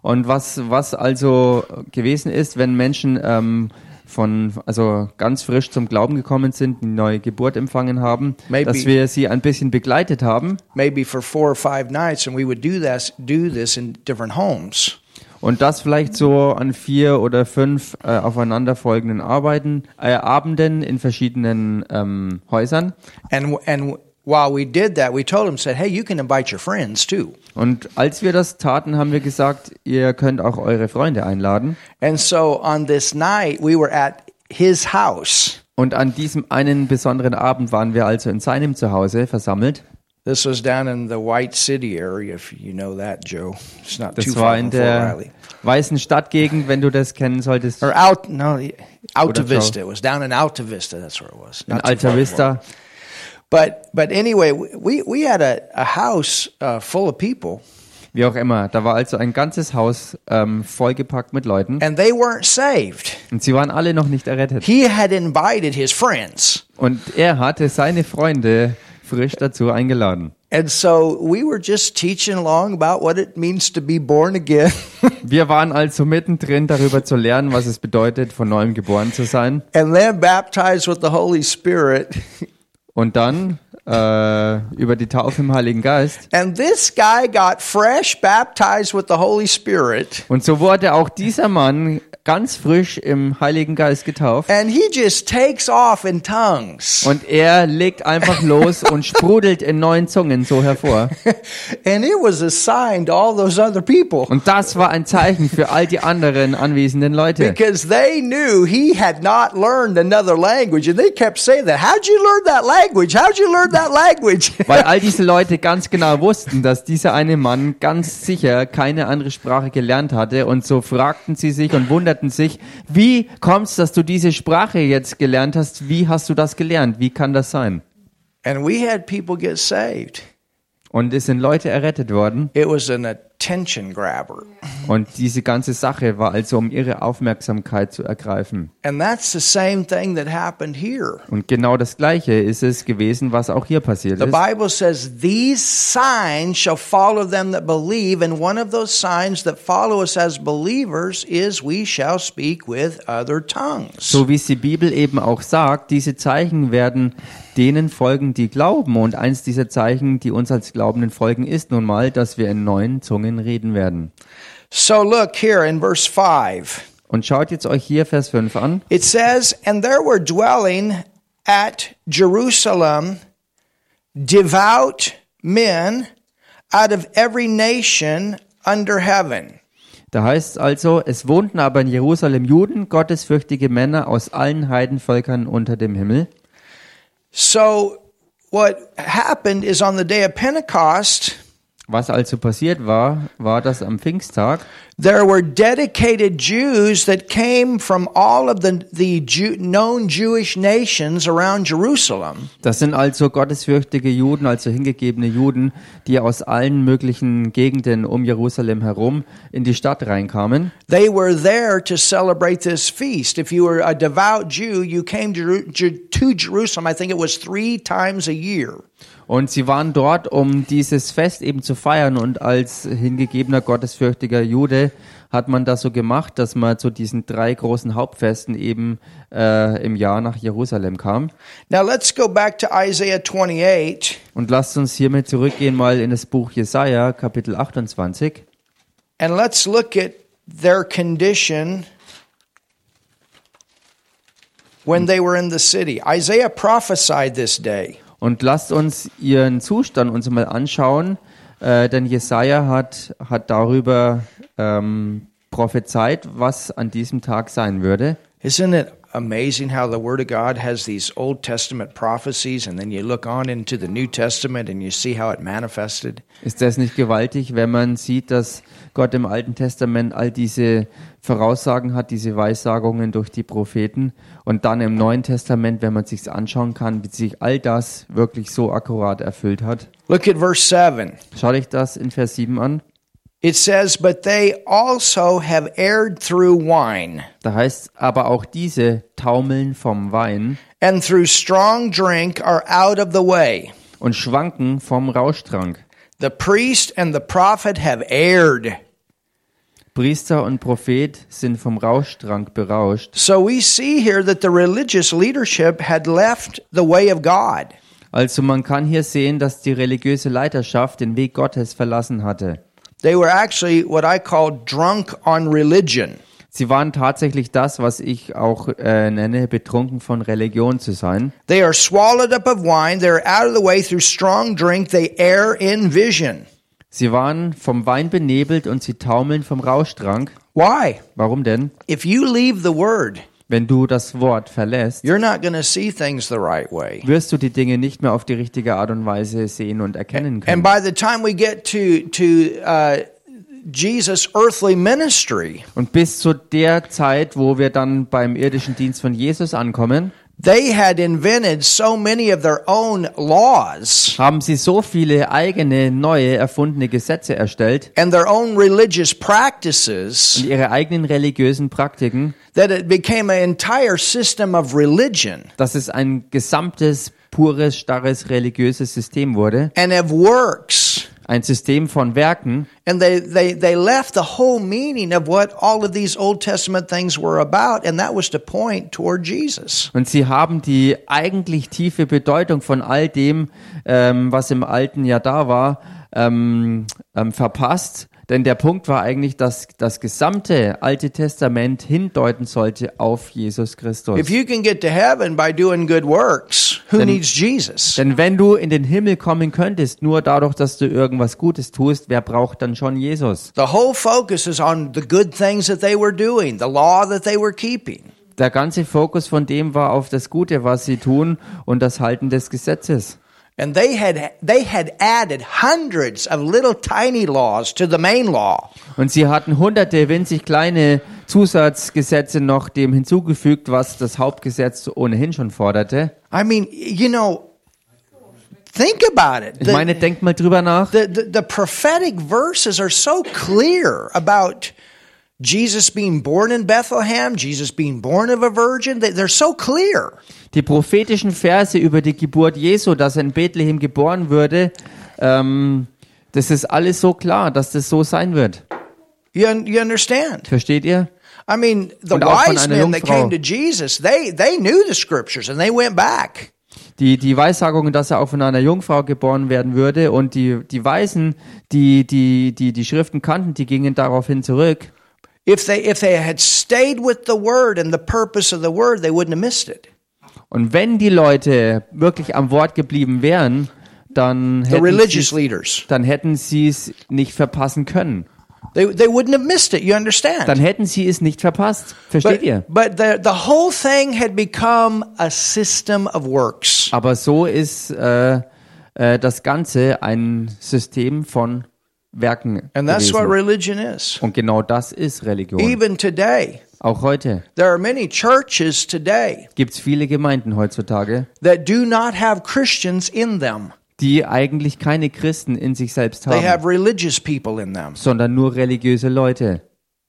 [SPEAKER 2] Und was, was also gewesen ist, wenn Menschen ähm, von, also ganz frisch zum Glauben gekommen sind, die neue Geburt empfangen haben,
[SPEAKER 1] Maybe.
[SPEAKER 2] dass wir sie ein bisschen begleitet haben.
[SPEAKER 1] maybe for four or five nights, and we would do this, do this in different homes.
[SPEAKER 2] Und das vielleicht so an vier oder fünf äh, aufeinanderfolgenden Arbeiten, äh, Abenden in verschiedenen ähm, Häusern.
[SPEAKER 1] And and while we did that, we told them, said, "Hey, you can invite your friends too."
[SPEAKER 2] Und als wir das taten, haben wir gesagt, ihr könnt auch eure Freunde einladen.
[SPEAKER 1] And so on this night, we were at his house.
[SPEAKER 2] Und an diesem einen besonderen Abend waren wir also in seinem Zuhause versammelt.
[SPEAKER 1] This was down in the White City area, if you know that, Joe. It's not too
[SPEAKER 2] Das
[SPEAKER 1] far
[SPEAKER 2] war in
[SPEAKER 1] from Fort
[SPEAKER 2] der
[SPEAKER 1] Riley.
[SPEAKER 2] weißen Stadtgegend, wenn du das kennen solltest.
[SPEAKER 1] Or out, no, Alta
[SPEAKER 2] Joe.
[SPEAKER 1] Vista. It was down in Alta Vista. That's where it was.
[SPEAKER 2] In
[SPEAKER 1] Not too far
[SPEAKER 2] Alta
[SPEAKER 1] from Fort-
[SPEAKER 2] Vista.
[SPEAKER 1] But but anyway, we we had a, a house uh, full of people,
[SPEAKER 2] Wie auch immer. Da war also ein ganzes Haus ähm, vollgepackt mit Leuten.
[SPEAKER 1] and they weren't saved.
[SPEAKER 2] Und sie waren alle noch nicht errettet.
[SPEAKER 1] He had invited his friends.
[SPEAKER 2] Und er hatte seine Freunde frisch dazu eingeladen.
[SPEAKER 1] And so we were just teaching along about what it means to be born again.
[SPEAKER 2] Wir waren also mittendrin darüber zu lernen, was es bedeutet, von neuem geboren zu sein.
[SPEAKER 1] and then baptized with the Holy Spirit.
[SPEAKER 2] Und dann äh, über die Taufe im Heiligen Geist.
[SPEAKER 1] And this guy got fresh baptized with the Holy Spirit.
[SPEAKER 2] Und so wurde auch dieser Mann ganz frisch im Heiligen Geist getauft.
[SPEAKER 1] And he just takes off in tongues.
[SPEAKER 2] Und er legt einfach los und sprudelt in neuen Zungen so hervor.
[SPEAKER 1] And it was a sign to all those other people
[SPEAKER 2] Und das war ein Zeichen für all die anderen anwesenden Leute.
[SPEAKER 1] because they knew he had not learned another language. And they kept saying that. How'd you learn that language? How'd you learn that language?
[SPEAKER 2] Weil all diese Leute ganz genau wussten, dass dieser eine Mann ganz sicher keine andere Sprache gelernt hatte und so fragten sie sich und wunderten sich, wie kommt's, dass du diese Sprache jetzt gelernt hast? Wie hast du das gelernt? Wie kann das sein?
[SPEAKER 1] and we had people get saved.
[SPEAKER 2] Und es sind Leute errettet worden
[SPEAKER 1] It was an attention grabber.
[SPEAKER 2] und diese ganze Sache war also um ihre Aufmerksamkeit zu ergreifen.
[SPEAKER 1] And that's the same thing that happened here.
[SPEAKER 2] Und genau das gleiche ist es gewesen, was auch hier passiert
[SPEAKER 1] The
[SPEAKER 2] ist.
[SPEAKER 1] Bible says, These signs shall follow them that believe. And one of those signs that follow us as believers is we shall speak with other tongues.
[SPEAKER 2] So wie es die Bibel eben auch sagt, diese Zeichen werden denen folgen, die glauben. Und eins dieser Zeichen, die uns als Glaubenden folgen, ist nun mal, dass wir in neuen Zungen reden werden.
[SPEAKER 1] So look here in verse 5.
[SPEAKER 2] Und schaut jetzt euch hier Vers 5 an.
[SPEAKER 1] It says, And there were dwelling at Jerusalem devout men out of every nation under heaven.
[SPEAKER 2] Da heißt es also, es wohnten aber in Jerusalem Juden, gottesfürchtige Männer aus allen Heidenvölkern unter dem Himmel.
[SPEAKER 1] So what happened is on the day of Pentecost,
[SPEAKER 2] Was also passiert war, war, dass am Pfingsttag
[SPEAKER 1] There were dedicated Jews that came from all of the, the Jew, known Jewish nations around Jerusalem.
[SPEAKER 2] Das sind also gottesfürchtige Juden, also hingegebene Juden, die aus allen möglichen Gegenden um Jerusalem herum in die Stadt reinkamen.
[SPEAKER 1] They were there to celebrate this feast. If you were a devout Jew, you came to, Jeru- Ju- to Jerusalem, I think it was three times a year.
[SPEAKER 2] Und sie waren dort, um dieses Fest eben zu feiern. Und als hingegebener gottesfürchtiger Jude hat man das so gemacht, dass man zu diesen drei großen Hauptfesten eben äh, im Jahr nach Jerusalem kam.
[SPEAKER 1] Now let's go back to Isaiah 28,
[SPEAKER 2] Und lasst uns hiermit zurückgehen mal in das Buch Jesaja, Kapitel 28.
[SPEAKER 1] and let's look at their condition when they were in the city. Isaiah prophesied this day.
[SPEAKER 2] Und lasst uns ihren Zustand uns mal anschauen, äh, denn Jesaja hat, hat darüber ähm, prophezeit, was an diesem Tag sein würde.
[SPEAKER 1] Isn't it amazing how the Word of God has these Old Testament prophecies, and then you look on into the New Testament and you see how it manifested?
[SPEAKER 2] Ist das nicht gewaltig, wenn man sieht, dass Gott im Alten Testament all diese Voraussagen hat, diese Weissagungen durch die Propheten und dann im Neuen Testament, wenn man sich's anschauen kann, wie sich all das wirklich so akkurat erfüllt hat?
[SPEAKER 1] Look at verse 7.
[SPEAKER 2] Schaut euch das in Vers 7 an.
[SPEAKER 1] It says, But they also have erred through wine,
[SPEAKER 2] Da heißt aber auch diese taumeln vom Wein.
[SPEAKER 1] and through strong drink are out of the way.
[SPEAKER 2] und schwanken vom Rauschtrank.
[SPEAKER 1] The priest and the prophet have erred.
[SPEAKER 2] Priester und Prophet sind vom Rauschtrank berauscht.
[SPEAKER 1] So we see here that the religious leadership had left the way of God.
[SPEAKER 2] Also man kann hier sehen, dass die religiöse Leiterschaft den Weg Gottes verlassen hatte.
[SPEAKER 1] They were actually what I call drunk on religion.
[SPEAKER 2] Sie waren tatsächlich das, was ich auch äh, nenne, betrunken von Religion zu sein.
[SPEAKER 1] They are swallowed up of wine. They're out of the way through strong drink. They err in vision.
[SPEAKER 2] Sie waren vom Wein benebelt und sie taumeln vom Rauschtrank.
[SPEAKER 1] Why?
[SPEAKER 2] Warum denn?
[SPEAKER 1] If you leave the word,
[SPEAKER 2] Wenn du das Wort verlässt,
[SPEAKER 1] you're not going to see things the right way.
[SPEAKER 2] wirst du die Dinge nicht mehr auf die richtige Art und Weise sehen und erkennen
[SPEAKER 1] And
[SPEAKER 2] können.
[SPEAKER 1] by the time we get to to uh, Jesus' earthly ministry,
[SPEAKER 2] Und bis zu der Zeit, wo wir dann beim irdischen Dienst von Jesus ankommen,
[SPEAKER 1] they had invented so many of their own laws
[SPEAKER 2] haben sie so viele eigene, neue, erfundene Gesetze erstellt
[SPEAKER 1] and their own religious practices
[SPEAKER 2] und ihre eigenen religiösen Praktiken,
[SPEAKER 1] that it became an entire system of religion
[SPEAKER 2] dass es ein gesamtes, pures, starres religiöses System wurde.
[SPEAKER 1] and of works.
[SPEAKER 2] Ein System von Werken.
[SPEAKER 1] And they, they, they left the whole meaning of what all of these Old Testament things were about, and that was to point toward Jesus.
[SPEAKER 2] Und sie haben die eigentlich tiefe Bedeutung von all dem, ähm, was im Alten ja da war, ähm, ähm, verpasst. Denn der Punkt war eigentlich, dass das gesamte Alte Testament hindeuten sollte auf Jesus Christus.
[SPEAKER 1] If you can get to heaven by doing good works, who needs Jesus?
[SPEAKER 2] Denn wenn du in den Himmel kommen könntest, nur dadurch, dass du irgendwas Gutes tust, wer braucht dann schon Jesus?
[SPEAKER 1] The whole focus is on the good things that they were doing, the law that they were keeping.
[SPEAKER 2] Der ganze Fokus von dem war auf das Gute, was sie tun und das Halten des Gesetzes.
[SPEAKER 1] And they had they had added hundreds of little tiny laws to the main law.
[SPEAKER 2] Und sie hatten hunderte winzig kleine Zusatzgesetze noch dem hinzugefügt, was das Hauptgesetz ohnehin schon forderte.
[SPEAKER 1] I mean, you know, think about it.
[SPEAKER 2] Ich meine,
[SPEAKER 1] The,
[SPEAKER 2] denkt mal drüber nach.
[SPEAKER 1] the, the, the prophetic verses are so clear about Jesus being born in Bethlehem, Jesus being born of a virgin. They, they're so clear.
[SPEAKER 2] Die prophetischen Verse über die Geburt Jesu, dass er in Bethlehem geboren würde, ähm, das ist alles so klar, dass das so sein wird.
[SPEAKER 1] You, un- you understand?
[SPEAKER 2] Versteht ihr?
[SPEAKER 1] I mean, the
[SPEAKER 2] Und auch von
[SPEAKER 1] wise
[SPEAKER 2] einer
[SPEAKER 1] men that came
[SPEAKER 2] Jungfrau.
[SPEAKER 1] to Jesus, they, they knew the scriptures and they went back.
[SPEAKER 2] Die, die Weissagungen, dass er auch von einer Jungfrau geboren werden würde und die, die Weisen, die, die, die die Schriften kannten, die gingen daraufhin zurück.
[SPEAKER 1] If they if they had stayed with the word and the purpose of the word, they wouldn't have missed it.
[SPEAKER 2] Und wenn die Leute wirklich am Wort geblieben wären, dann
[SPEAKER 1] The
[SPEAKER 2] hätten,
[SPEAKER 1] religious
[SPEAKER 2] sie's-
[SPEAKER 1] leaders.
[SPEAKER 2] dann hätten sie es nicht verpassen können.
[SPEAKER 1] They they wouldn't have missed it, you
[SPEAKER 2] Dann
[SPEAKER 1] understand?
[SPEAKER 2] hätten sie es nicht verpasst. Versteht
[SPEAKER 1] But,
[SPEAKER 2] ihr?
[SPEAKER 1] but the the whole thing had become a system of works.
[SPEAKER 2] Aber so ist äh, äh, das Ganze ein System von Werken.
[SPEAKER 1] And that's what
[SPEAKER 2] Gewesen.
[SPEAKER 1] religion is.
[SPEAKER 2] Und genau das ist Religion.
[SPEAKER 1] Even today,
[SPEAKER 2] Auch heute
[SPEAKER 1] there are many churches today
[SPEAKER 2] gibt es viele Gemeinden heutzutage,
[SPEAKER 1] that do not have Christians in them.
[SPEAKER 2] die eigentlich keine Christen in sich selbst
[SPEAKER 1] They
[SPEAKER 2] haben,
[SPEAKER 1] have religious people in them.
[SPEAKER 2] sondern nur religiöse Leute.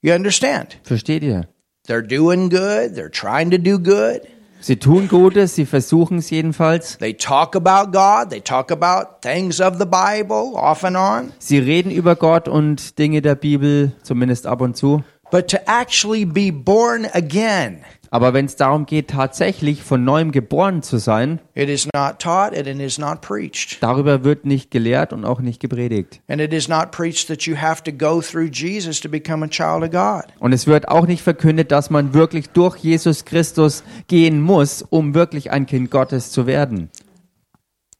[SPEAKER 1] You understand?
[SPEAKER 2] Versteht ihr?
[SPEAKER 1] They're doing good, they're trying to do good.
[SPEAKER 2] Sie tun Gutes, sie versuchen es jedenfalls.
[SPEAKER 1] They talk about God, they talk about things of the Bible off and on.
[SPEAKER 2] Sie reden über Gott und Dinge der Bibel, zumindest ab und zu.
[SPEAKER 1] But to actually be born again,
[SPEAKER 2] Aber wenn es darum geht, tatsächlich von neuem geboren zu sein,
[SPEAKER 1] it is not taught and it is not preached.
[SPEAKER 2] darüber wird nicht gelehrt und auch nicht gepredigt.
[SPEAKER 1] And it is not preached that you have to go through Jesus to become a child of God.
[SPEAKER 2] Und es wird auch nicht verkündet, dass man wirklich durch Jesus Christus gehen muss, um wirklich ein Kind Gottes zu werden.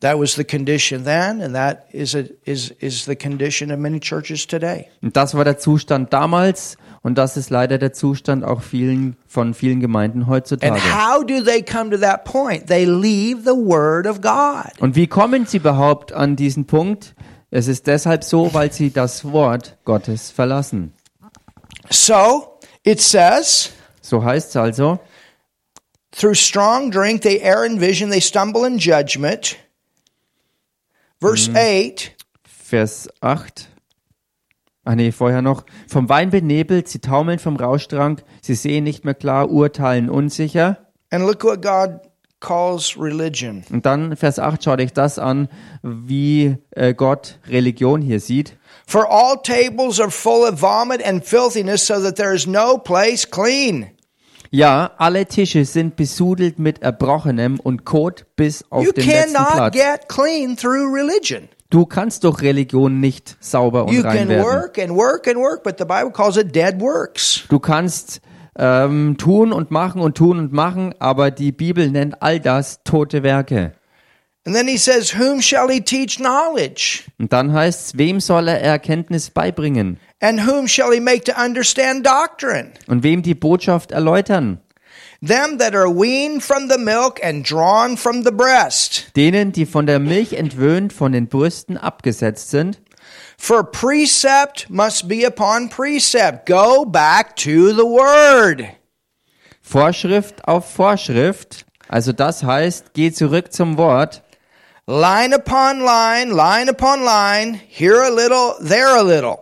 [SPEAKER 1] That was the condition then, and that is, a, is, is the condition of many churches today.
[SPEAKER 2] Und das war der Zustand damals und das ist leider der Zustand auch vielen, von vielen Gemeinden
[SPEAKER 1] And
[SPEAKER 2] heutzutage.
[SPEAKER 1] how do they come to that point? They leave the Word of God.
[SPEAKER 2] Und wie kommen sie überhaupt an diesen Punkt? Es ist deshalb so, weil sie das Wort Gottes verlassen.
[SPEAKER 1] So it says,
[SPEAKER 2] So heißt es also,
[SPEAKER 1] Through strong drink, they err in vision, they stumble in judgment. Verse 8
[SPEAKER 2] Vers 8. Ach nee, vorher noch. Vom Wein benebelt, sie taumeln vom Rauschtrank, sie sehen nicht mehr klar, urteilen unsicher.
[SPEAKER 1] And look what God calls religion.
[SPEAKER 2] Und dann Vers 8 schaut euch das an, wie äh, Gott Religion hier sieht.
[SPEAKER 1] For all tables are full of vomit and filthiness, so that there is no place clean.
[SPEAKER 2] Ja, alle Tische sind besudelt mit Erbrochenem und Kot bis auf
[SPEAKER 1] You
[SPEAKER 2] den letzten
[SPEAKER 1] cannot
[SPEAKER 2] Platz.
[SPEAKER 1] get clean through religion.
[SPEAKER 2] Du kannst durch Religion nicht sauber und
[SPEAKER 1] You
[SPEAKER 2] rein
[SPEAKER 1] can
[SPEAKER 2] werden.
[SPEAKER 1] work and work and work, but the Bible calls it dead works.
[SPEAKER 2] Du kannst ähm, tun und machen und tun und machen, aber die Bibel nennt all das tote Werke.
[SPEAKER 1] And then he says, Whom shall he teach knowledge?
[SPEAKER 2] Und dann heißt es, wem soll er Erkenntnis beibringen?
[SPEAKER 1] And whom shall he make to understand doctrine?
[SPEAKER 2] Und wem die Botschaft erläutern?
[SPEAKER 1] Them that are weaned from the milk and drawn from the breast.
[SPEAKER 2] Denen, die von der Milch entwöhnt, von den Brüsten abgesetzt sind.
[SPEAKER 1] For precept must be upon precept. Go back to the word.
[SPEAKER 2] Vorschrift auf Vorschrift. Also das heißt, geh zurück zum Wort.
[SPEAKER 1] Line upon line, line upon line, here a little, there a little.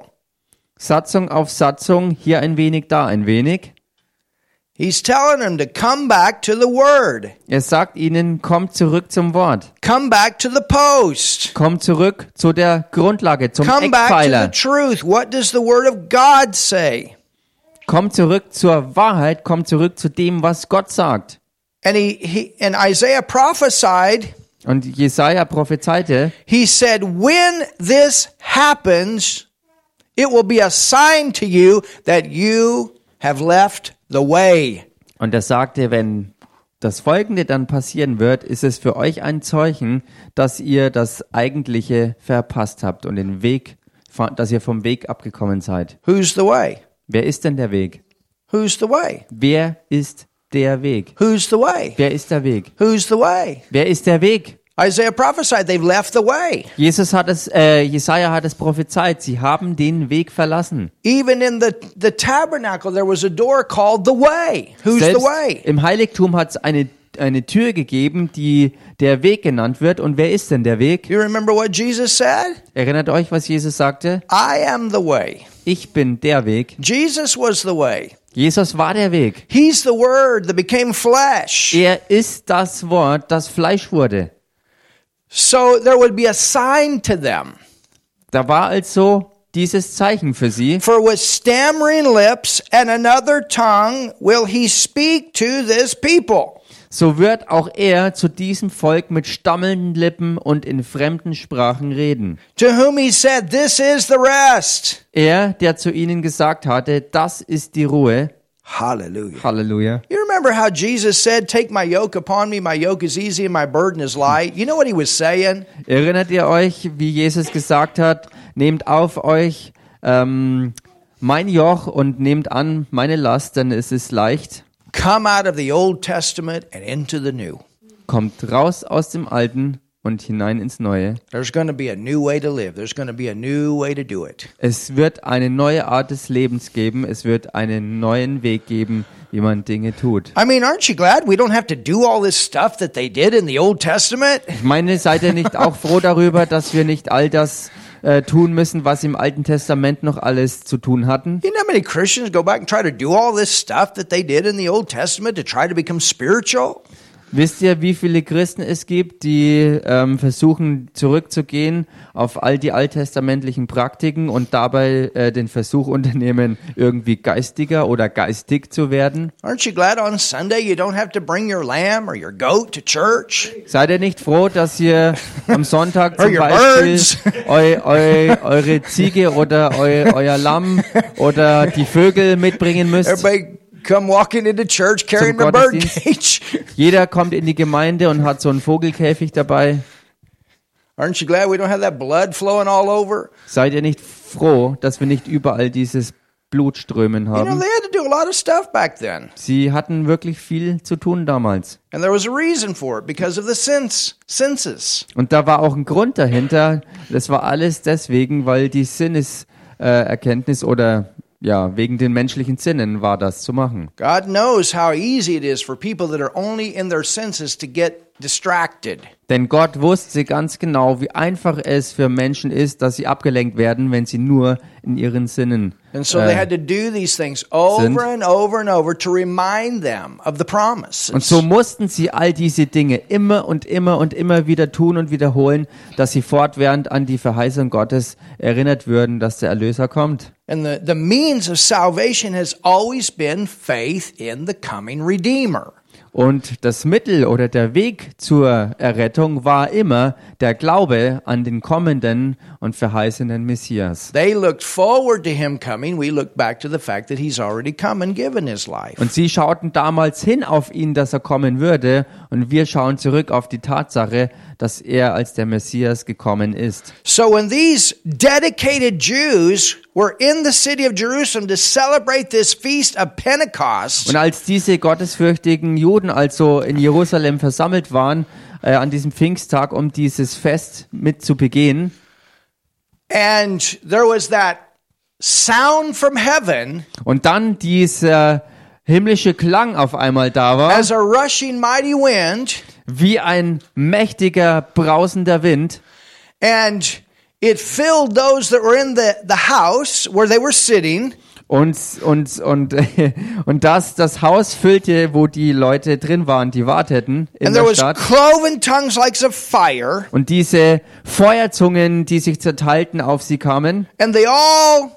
[SPEAKER 2] Satzung auf Satzung, hier ein wenig, da ein wenig.
[SPEAKER 1] He's telling them to come back to the word.
[SPEAKER 2] Er sagt ihnen, kommt zurück zum Wort.
[SPEAKER 1] Come back to the post.
[SPEAKER 2] Kommt zurück zu der Grundlage, zum
[SPEAKER 1] Come back to the
[SPEAKER 2] Eckpfeiler.
[SPEAKER 1] truth. What does the word of God say?
[SPEAKER 2] Kommt zurück zur Wahrheit, kommt zurück zu dem, was Gott sagt.
[SPEAKER 1] And he, he and Isaiah prophesied,
[SPEAKER 2] Und Jesaja prophezeite,
[SPEAKER 1] he said, When this happens, it will be a sign to you that you have left the way.
[SPEAKER 2] und er sagte, wenn das Folgende dann passieren wird, ist es für euch ein Zeichen, dass ihr das Eigentliche verpasst habt und den Weg, dass ihr vom Weg abgekommen seid.
[SPEAKER 1] Who's the way?
[SPEAKER 2] Wer ist denn der Weg?
[SPEAKER 1] Who's the way?
[SPEAKER 2] Wer ist der Weg?
[SPEAKER 1] Who's the way?
[SPEAKER 2] Wer ist der Weg?
[SPEAKER 1] Who's the way?
[SPEAKER 2] Wer ist der Weg?
[SPEAKER 1] Isaiah prophesied they've left the way.
[SPEAKER 2] Jesus hat es, äh, Jesaja hat es prophezeit. Sie haben den Weg verlassen.
[SPEAKER 1] Even in the, the tabernacle, there was a door called the way. Who's the
[SPEAKER 2] Selbst
[SPEAKER 1] way?
[SPEAKER 2] im Heiligtum hat es eine, eine Tür gegeben, die der Weg genannt wird. Und wer ist denn der Weg?
[SPEAKER 1] You remember what Jesus said?
[SPEAKER 2] Erinnert euch, was Jesus sagte?
[SPEAKER 1] I am the way.
[SPEAKER 2] Ich bin der Weg.
[SPEAKER 1] Jesus was the way.
[SPEAKER 2] Jesus war der Weg.
[SPEAKER 1] He's the word that became flesh.
[SPEAKER 2] Er ist das Wort, das Fleisch wurde.
[SPEAKER 1] So there would be a sign to them.
[SPEAKER 2] Da war also dieses Zeichen für sie.
[SPEAKER 1] For with stammering lips and another tongue will he speak to this people.
[SPEAKER 2] So wird auch er zu diesem Volk mit stammelnden Lippen und in fremden Sprachen reden.
[SPEAKER 1] To whom he said, This is the rest.
[SPEAKER 2] Er, der zu ihnen gesagt hatte, das ist die Ruhe.
[SPEAKER 1] Hallelujah.
[SPEAKER 2] Halleluja.
[SPEAKER 1] You remember how Jesus said, Take my yoke upon me, my yoke is easy and my burden is light. You know what he was saying?
[SPEAKER 2] Erinnert ihr euch, wie Jesus gesagt hat, nehmt auf euch ähm, mein Joch und nehmt an meine Last, denn es ist leicht.
[SPEAKER 1] Come out of the Old Testament and into the New.
[SPEAKER 2] Kommt raus aus dem Alten und hinein ins Neue.
[SPEAKER 1] There's going to be a new way to live, there's going to be a new way to do it.
[SPEAKER 2] Es wird eine neue Art des Lebens geben. Es wird einen neuen Weg geben, wie man Dinge tut.
[SPEAKER 1] I mean, aren't you glad we don't have to do all this stuff that they did in the Old Testament?
[SPEAKER 2] Ich meine, seid ihr nicht auch froh darüber, dass wir nicht all das äh, tun müssen, was im Alten Testament noch alles zu tun hatten?
[SPEAKER 1] You know how many Christians go back and try to do all this stuff that they did in the Old Testament to try to become spiritual?
[SPEAKER 2] Wisst ihr, wie viele Christen es gibt, die ähm, versuchen zurückzugehen auf all die alttestamentlichen Praktiken und dabei äh, den Versuch unternehmen, irgendwie geistiger oder geistig zu werden?
[SPEAKER 1] Aren't you glad on Sunday you don't have to bring your lamb or your goat to church?
[SPEAKER 2] Seid ihr nicht froh, dass ihr am Sonntag
[SPEAKER 1] Or
[SPEAKER 2] zum
[SPEAKER 1] your
[SPEAKER 2] Beispiel
[SPEAKER 1] birds.
[SPEAKER 2] eu, eu, eure Ziege oder eu, euer Lamm oder die Vögel mitbringen müsst?
[SPEAKER 1] Everybody come walking into church carrying their bird cage.
[SPEAKER 2] Jeder kommt in die Gemeinde und hat so einen Vogelkäfig dabei.
[SPEAKER 1] Aren't you glad we don't have that blood flowing all over?
[SPEAKER 2] Seid ihr nicht froh, dass wir nicht überall dieses Blutströmen
[SPEAKER 1] You know,
[SPEAKER 2] haben?
[SPEAKER 1] they had to do a lot of stuff back then.
[SPEAKER 2] Sie hatten wirklich viel zu tun damals.
[SPEAKER 1] And there was a reason for it because of the sense, senses.
[SPEAKER 2] Und da war auch ein Grund dahinter. Das war alles deswegen, weil die Sinneserkenntnis äh, Erkenntnis oder ja, wegen den menschlichen Sinnen war das zu machen.
[SPEAKER 1] God knows how easy it is for people that are only in their senses to get distracted.
[SPEAKER 2] Denn Gott wusste ganz genau, wie einfach es für Menschen ist, dass sie abgelenkt werden, wenn sie nur in ihren Sinnen.
[SPEAKER 1] And so they had to do these things over and over and over to remind them of the promise.
[SPEAKER 2] Und so mussten sie all diese Dinge immer und immer und immer wieder tun und wiederholen, dass sie fortwährend an die Verheißung Gottes erinnert würden, dass der Erlöser kommt.
[SPEAKER 1] And the, the means of salvation has always been faith in the coming Redeemer.
[SPEAKER 2] Und das Mittel oder der Weg zur Errettung war immer der Glaube an den kommenden und verheißenen Messias.
[SPEAKER 1] They looked forward to him coming. We look back to the fact that he's already come and given his life.
[SPEAKER 2] Und sie schauten damals hin auf ihn, dass er kommen würde, und wir schauen zurück auf die Tatsache, dass er als der Messias gekommen ist.
[SPEAKER 1] So when these dedicated Jews were in the city of Jerusalem to celebrate this feast of Pentecost,
[SPEAKER 2] Und als diese gottesfürchtigen Juden also in Jerusalem versammelt waren, äh, an diesem Pfingsttag, um dieses Fest mit zu begehen,
[SPEAKER 1] and there was that sound from heaven
[SPEAKER 2] und dann dieser himmlische Klang auf einmal da war,
[SPEAKER 1] as a rushing mighty wind,
[SPEAKER 2] wie ein mächtiger, brausender Wind,
[SPEAKER 1] and it filled those that were in the, the house where they were sitting.
[SPEAKER 2] und, und, und, und das, das Haus füllte, wo die Leute drin waren, die warteten in
[SPEAKER 1] And there
[SPEAKER 2] der
[SPEAKER 1] was
[SPEAKER 2] Stadt.
[SPEAKER 1] cloven tongues like of fire,
[SPEAKER 2] Und diese Feuerzungen, die sich zerteilten, auf sie kamen.
[SPEAKER 1] and they all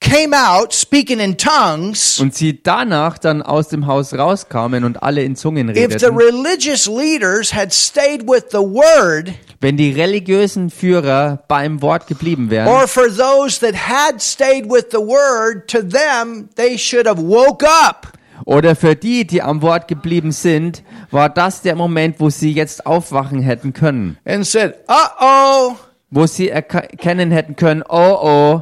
[SPEAKER 1] came out speaking in tongues.
[SPEAKER 2] und sie danach dann aus dem Haus rauskamen und alle in Zungen
[SPEAKER 1] If the
[SPEAKER 2] redeten,
[SPEAKER 1] religious leaders had stayed with the word,
[SPEAKER 2] wenn die religiösen Führer beim Wort geblieben wären
[SPEAKER 1] or for those that had stayed with the word, to them they should have woke up
[SPEAKER 2] oder für die, die am Wort geblieben sind, war das der Moment, wo sie jetzt aufwachen hätten können,
[SPEAKER 1] and said, "Uh oh,
[SPEAKER 2] wo sie erka- erkennen hätten können, oh oh,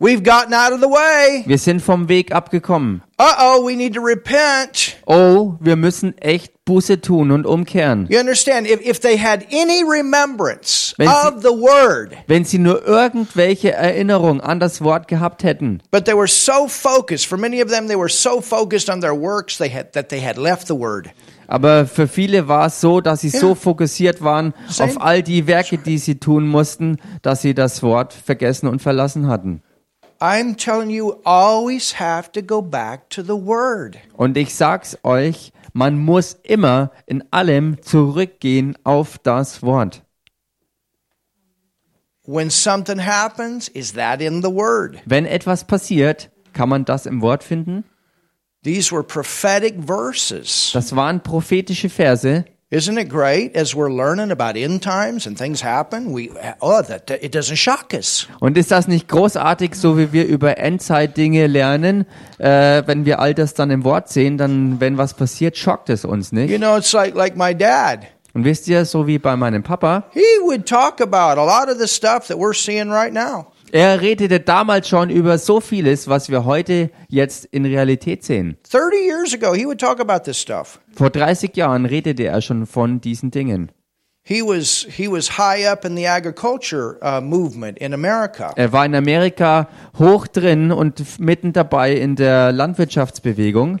[SPEAKER 1] we've gotten out of the way.
[SPEAKER 2] wir sind vom Weg abgekommen.
[SPEAKER 1] Uh oh, we need to repent."
[SPEAKER 2] Oh, wir müssen echt Buße tun und umkehren.
[SPEAKER 1] You understand? If, if they had any remembrance
[SPEAKER 2] Wenn sie-
[SPEAKER 1] of the word,
[SPEAKER 2] Wenn sie nur irgendwelche Erinnerung an das Wort gehabt hätten,
[SPEAKER 1] But they were so focused, for many of them, they were so focused on their works they had, that they had left the word.
[SPEAKER 2] Aber für viele war es so, dass sie so fokussiert waren
[SPEAKER 1] Same.
[SPEAKER 2] auf all die Werke, die sie tun mussten, dass sie das Wort vergessen und verlassen hatten.
[SPEAKER 1] I'm telling you, always have to go back to the word.
[SPEAKER 2] Und ich sag's euch, man muss immer in allem zurückgehen auf das Wort.
[SPEAKER 1] When something happens, is that in the word?
[SPEAKER 2] Wenn etwas passiert, kann man das im Wort finden?
[SPEAKER 1] These were prophetic verses.
[SPEAKER 2] Das waren prophetische Verse.
[SPEAKER 1] Isn't it great as we're learning about end times and things happen? We oh, that, that- it doesn't shock us.
[SPEAKER 2] Und ist das nicht großartig, so wie wir über Endzeitdinge lernen? Äh, wenn wir all das dann im Wort sehen, dann, wenn was passiert, schockt es uns
[SPEAKER 1] You
[SPEAKER 2] nicht.
[SPEAKER 1] know, it's like like my dad.
[SPEAKER 2] Und wisst ihr, so wie bei meinem Papa,
[SPEAKER 1] He would talk about a lot of the stuff that we're seeing right now.
[SPEAKER 2] Er redete damals schon über so vieles, was wir heute jetzt in Realität sehen.
[SPEAKER 1] Thirty years ago, he would talk about this stuff.
[SPEAKER 2] Vor 30 Jahren redete er schon von diesen Dingen.
[SPEAKER 1] He was he was high up in the agriculture uh, movement in America,
[SPEAKER 2] Er war in Amerika hoch drin und f- mitten dabei in der Landwirtschaftsbewegung.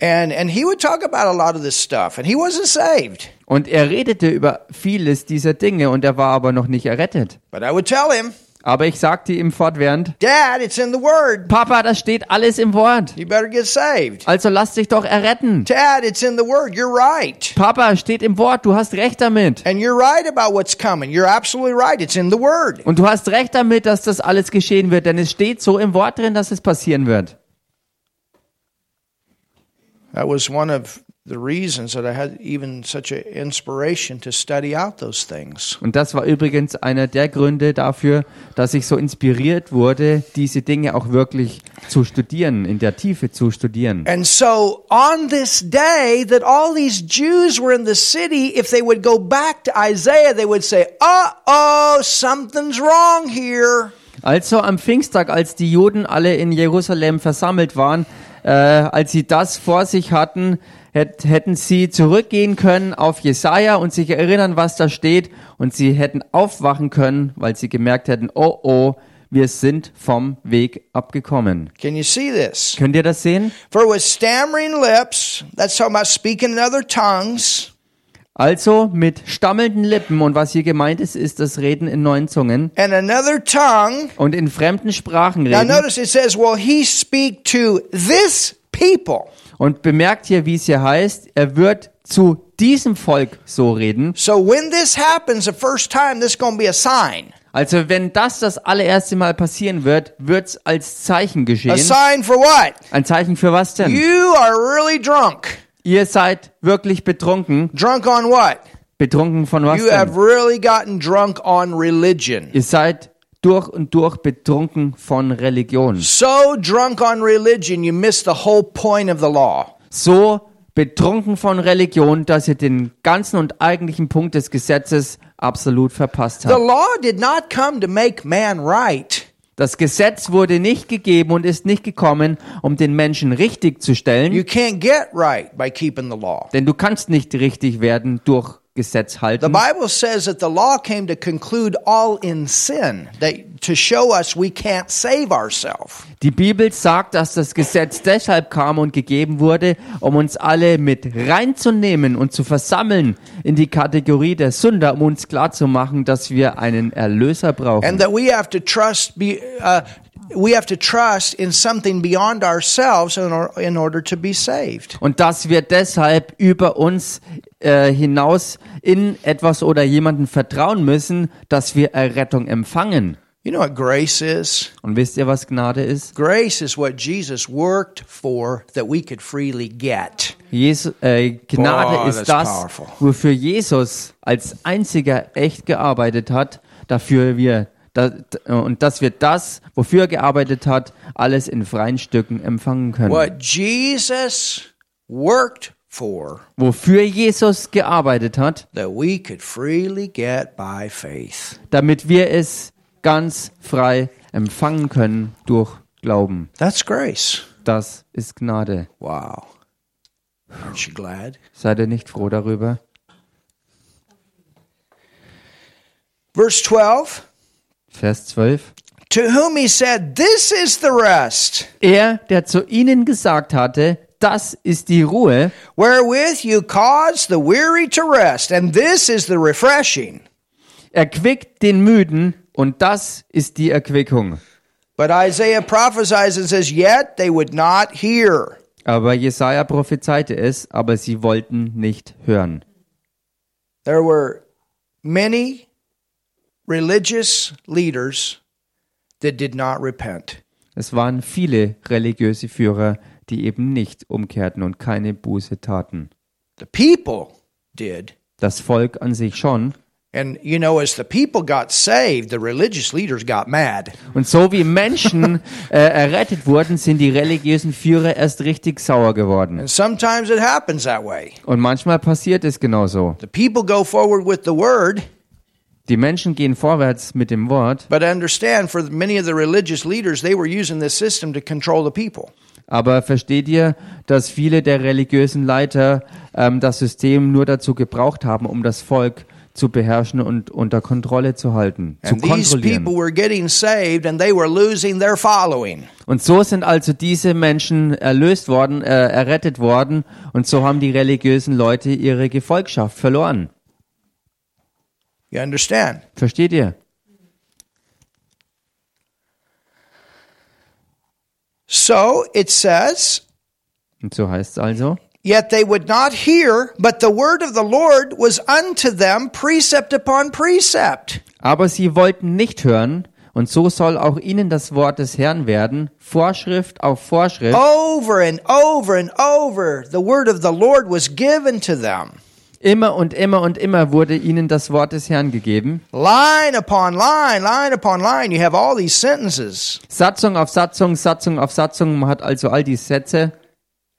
[SPEAKER 1] and and he would talk about a lot of this stuff. And he wasn't saved,
[SPEAKER 2] Und er redete über vieles dieser Dinge und er war aber noch nicht errettet.
[SPEAKER 1] but I would tell him,
[SPEAKER 2] Aber ich sagte ihm fortwährend,
[SPEAKER 1] Dad, it's in the Word.
[SPEAKER 2] Papa, das steht alles im Wort.
[SPEAKER 1] You better get saved.
[SPEAKER 2] Also lass dich doch erretten.
[SPEAKER 1] Dad, it's in the Word. You're right,
[SPEAKER 2] Papa, steht im Wort, du hast recht damit.
[SPEAKER 1] and you're right about what's coming. You're absolutely right. It's in the Word.
[SPEAKER 2] Und du hast recht damit, dass das alles geschehen wird, denn es steht so im Wort drin, dass es passieren wird.
[SPEAKER 1] That was one of the reasons that I had even such an inspiration to study out those things.
[SPEAKER 2] Und das war übrigens einer der Gründe dafür, dass ich so inspiriert wurde, diese Dinge auch wirklich zu studieren, in der Tiefe zu studieren.
[SPEAKER 1] And so on this day that all these Jews were in the city, if they would go back to Isaiah, they would say, uh oh, something's wrong here.
[SPEAKER 2] Also am Pfingsttag, als die Juden alle in Jerusalem versammelt waren, äh, als sie das vor sich hatten, hätt, hätten sie zurückgehen können auf Jesaja und sich erinnern, was da steht, und sie hätten aufwachen können, weil sie gemerkt hätten, oh oh, wir sind vom Weg abgekommen.
[SPEAKER 1] Can you see this?
[SPEAKER 2] Könnt ihr das sehen?
[SPEAKER 1] For with stammering lips, that's talking about speaking in other tongues,
[SPEAKER 2] Also mit stammelnden Lippen und was hier gemeint ist, ist das Reden in neuen Zungen
[SPEAKER 1] and another tongue.
[SPEAKER 2] und in fremden Sprachen
[SPEAKER 1] Now
[SPEAKER 2] reden.
[SPEAKER 1] notice it says, "Will he speak to this people?"
[SPEAKER 2] Und bemerkt hier, wie es hier heißt, er wird zu diesem Volk so reden.
[SPEAKER 1] So when this happens the first time, this is going to be a sign.
[SPEAKER 2] Also wenn das das allererste Mal passieren wird, wird's als Zeichen
[SPEAKER 1] A
[SPEAKER 2] geschehen.
[SPEAKER 1] sign for what?
[SPEAKER 2] Ein Zeichen für was denn?
[SPEAKER 1] You are really drunk.
[SPEAKER 2] Ihr seid wirklich betrunken.
[SPEAKER 1] Drunk on what?
[SPEAKER 2] Betrunken von was
[SPEAKER 1] You have
[SPEAKER 2] denn?
[SPEAKER 1] really gotten drunk on religion.
[SPEAKER 2] Ihr seid durch und durch betrunken von Religion.
[SPEAKER 1] So drunk on religion, you miss the whole point of the law.
[SPEAKER 2] So betrunken von Religion, dass ihr den ganzen und eigentlichen Punkt des Gesetzes absolut verpasst
[SPEAKER 1] The
[SPEAKER 2] habt.
[SPEAKER 1] law did not come to make man right.
[SPEAKER 2] Das Gesetz wurde nicht gegeben und ist nicht gekommen, um den Menschen richtig zu
[SPEAKER 1] You
[SPEAKER 2] stellen,
[SPEAKER 1] can't get right by keeping the law.
[SPEAKER 2] denn du kannst nicht richtig werden durch Gesetz
[SPEAKER 1] The
[SPEAKER 2] halten.
[SPEAKER 1] Bible says that the law came to conclude all in sin, that to show us we can't save ourselves.
[SPEAKER 2] Die Bibel sagt, dass das Gesetz deshalb kam und gegeben wurde, um uns alle mit reinzunehmen und zu versammeln in die Kategorie der Sünder, um uns klarzumachen, dass wir einen Erlöser brauchen.
[SPEAKER 1] and that we have to trust be uh, we have to trust in something beyond ourselves in, or, in order to be saved.
[SPEAKER 2] Und dass wir deshalb über uns äh, hinaus in etwas oder jemanden vertrauen müssen, dass wir Errettung empfangen.
[SPEAKER 1] You know what grace is?
[SPEAKER 2] Und wisst ihr, was Gnade ist?
[SPEAKER 1] Grace is what Jesus worked for that we could freely get.
[SPEAKER 2] Jesu, äh, Gnade
[SPEAKER 1] Boah,
[SPEAKER 2] ist
[SPEAKER 1] that's
[SPEAKER 2] das,
[SPEAKER 1] powerful.
[SPEAKER 2] wofür Jesus als einziger echt gearbeitet hat, dafür wir da, und dass wir das, wofür er gearbeitet hat, alles in freien Stücken empfangen können.
[SPEAKER 1] What Jesus worked for
[SPEAKER 2] Wofür Jesus gearbeitet hat,
[SPEAKER 1] that we could freely get by faith.
[SPEAKER 2] damit wir es ganz frei empfangen können durch Glauben.
[SPEAKER 1] That's grace.
[SPEAKER 2] Das ist Gnade.
[SPEAKER 1] Wow. Aren't you glad?
[SPEAKER 2] Seid ihr nicht froh darüber?
[SPEAKER 1] Verse 12
[SPEAKER 2] Vers 12.
[SPEAKER 1] To whom he said, This is the rest.
[SPEAKER 2] Er, der zu ihnen gesagt hatte, das ist die Ruhe,
[SPEAKER 1] wherewith you cause the weary to rest, and this is the refreshing.
[SPEAKER 2] erquickt den Müden und das ist die Erquickung.
[SPEAKER 1] But Isaiah prophesies and says, Yet they would not hear.
[SPEAKER 2] Aber Jesaja prophezeite es, aber sie wollten nicht hören.
[SPEAKER 1] There were many religious leaders that did not repent.
[SPEAKER 2] Es waren viele religiöse Führer, die eben nicht umkehrten und keine Buße taten.
[SPEAKER 1] The people did.
[SPEAKER 2] Das Volk an sich schon.
[SPEAKER 1] And, you know, as the people got saved, the religious leaders got mad.
[SPEAKER 2] Und so wie Menschen äh, errettet wurden, sind die religiösen Führer erst richtig sauer geworden.
[SPEAKER 1] And sometimes it happens that way.
[SPEAKER 2] Und manchmal passiert es genauso.
[SPEAKER 1] The people go forward with the word,
[SPEAKER 2] Die Menschen gehen vorwärts mit dem Wort,
[SPEAKER 1] but understand for many of the religious leaders, they were using this system to control the people.
[SPEAKER 2] aber versteht ihr, dass viele der religiösen Leiter ähm, das System nur dazu gebraucht haben, um das Volk zu beherrschen und unter Kontrolle zu halten, zu
[SPEAKER 1] And these people
[SPEAKER 2] kontrollieren.
[SPEAKER 1] were getting saved and they were losing their following.
[SPEAKER 2] Und so sind also diese Menschen erlöst worden, äh, errettet worden und so haben die religiösen Leute ihre Gefolgschaft verloren.
[SPEAKER 1] You understand?
[SPEAKER 2] Versteht ihr?
[SPEAKER 1] So it says,
[SPEAKER 2] Und so heißt es also.
[SPEAKER 1] Yet they would not hear, but the word of the Lord was unto them precept upon precept.
[SPEAKER 2] Aber sie wollten nicht hören, und so soll auch ihnen das Wort des Herrn werden, Vorschrift auf Vorschrift.
[SPEAKER 1] Over and over and over, the word of the Lord was given to them.
[SPEAKER 2] Immer und immer und immer wurde ihnen das Wort des Herrn gegeben.
[SPEAKER 1] Line upon line, line upon line, you have all these sentences.
[SPEAKER 2] Satzung auf Satzung, Satzung auf Satzung, man hat also all die Sätze.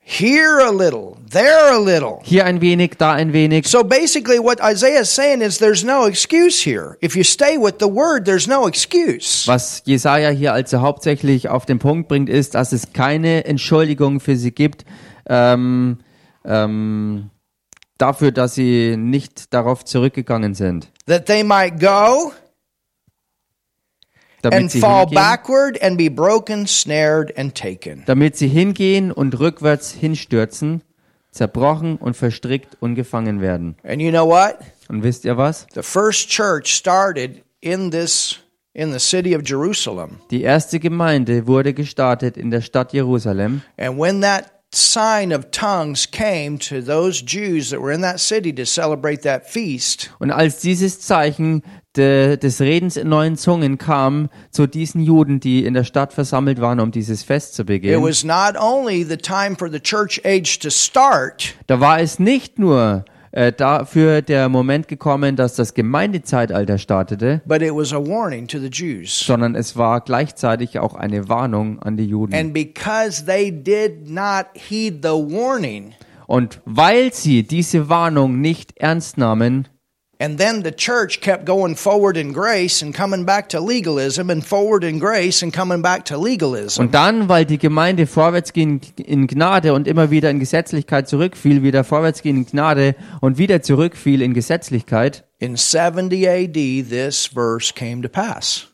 [SPEAKER 1] Here a little, there a little.
[SPEAKER 2] Hier ein wenig, da ein wenig.
[SPEAKER 1] So basically, what Isaiah is saying is there's no excuse here. If you stay with the word, there's no excuse.
[SPEAKER 2] Was Jesaja hier also hauptsächlich auf den Punkt bringt, ist, dass es keine Entschuldigung für sie gibt, ähm, ähm, dafür, dass sie nicht darauf zurückgegangen sind.
[SPEAKER 1] that they might go
[SPEAKER 2] damit
[SPEAKER 1] and
[SPEAKER 2] sie
[SPEAKER 1] fall
[SPEAKER 2] hingehen,
[SPEAKER 1] backward and be broken, snared, and taken.
[SPEAKER 2] damit sie hingehen und rückwärts hinstürzen, zerbrochen und verstrickt und gefangen werden.
[SPEAKER 1] And you know what?
[SPEAKER 2] Und wisst ihr was?
[SPEAKER 1] The first church started in this in the city of Jerusalem.
[SPEAKER 2] Die erste Gemeinde wurde gestartet in der Stadt Jerusalem.
[SPEAKER 1] And when that sign of tongues came to those Jews that were in that city to celebrate that feast,
[SPEAKER 2] Und als dieses Zeichen de, des Redens in neuen Zungen kam zu diesen Juden, die in der Stadt versammelt waren, um dieses Fest zu
[SPEAKER 1] it
[SPEAKER 2] begehen,
[SPEAKER 1] was not only the time for the church age to start,
[SPEAKER 2] da war es nicht nur äh, dafür der Moment gekommen, dass das Gemeindezeitalter startete,
[SPEAKER 1] but it was a warning to the Jews.
[SPEAKER 2] sondern es war gleichzeitig auch eine Warnung an die Juden.
[SPEAKER 1] And because they did not heed the warning,
[SPEAKER 2] Und weil sie diese Warnung nicht ernst nahmen,
[SPEAKER 1] and then the church kept going forward in grace and coming back to legalism, and forward in grace and coming back to legalism.
[SPEAKER 2] und dann, weil die Gemeinde vorwärts ging in Gnade und immer wieder in Gesetzlichkeit zurückfiel, wieder vorwärts ging in Gnade und wieder zurückfiel in Gesetzlichkeit,
[SPEAKER 1] In 70 AD, this verse came to pass.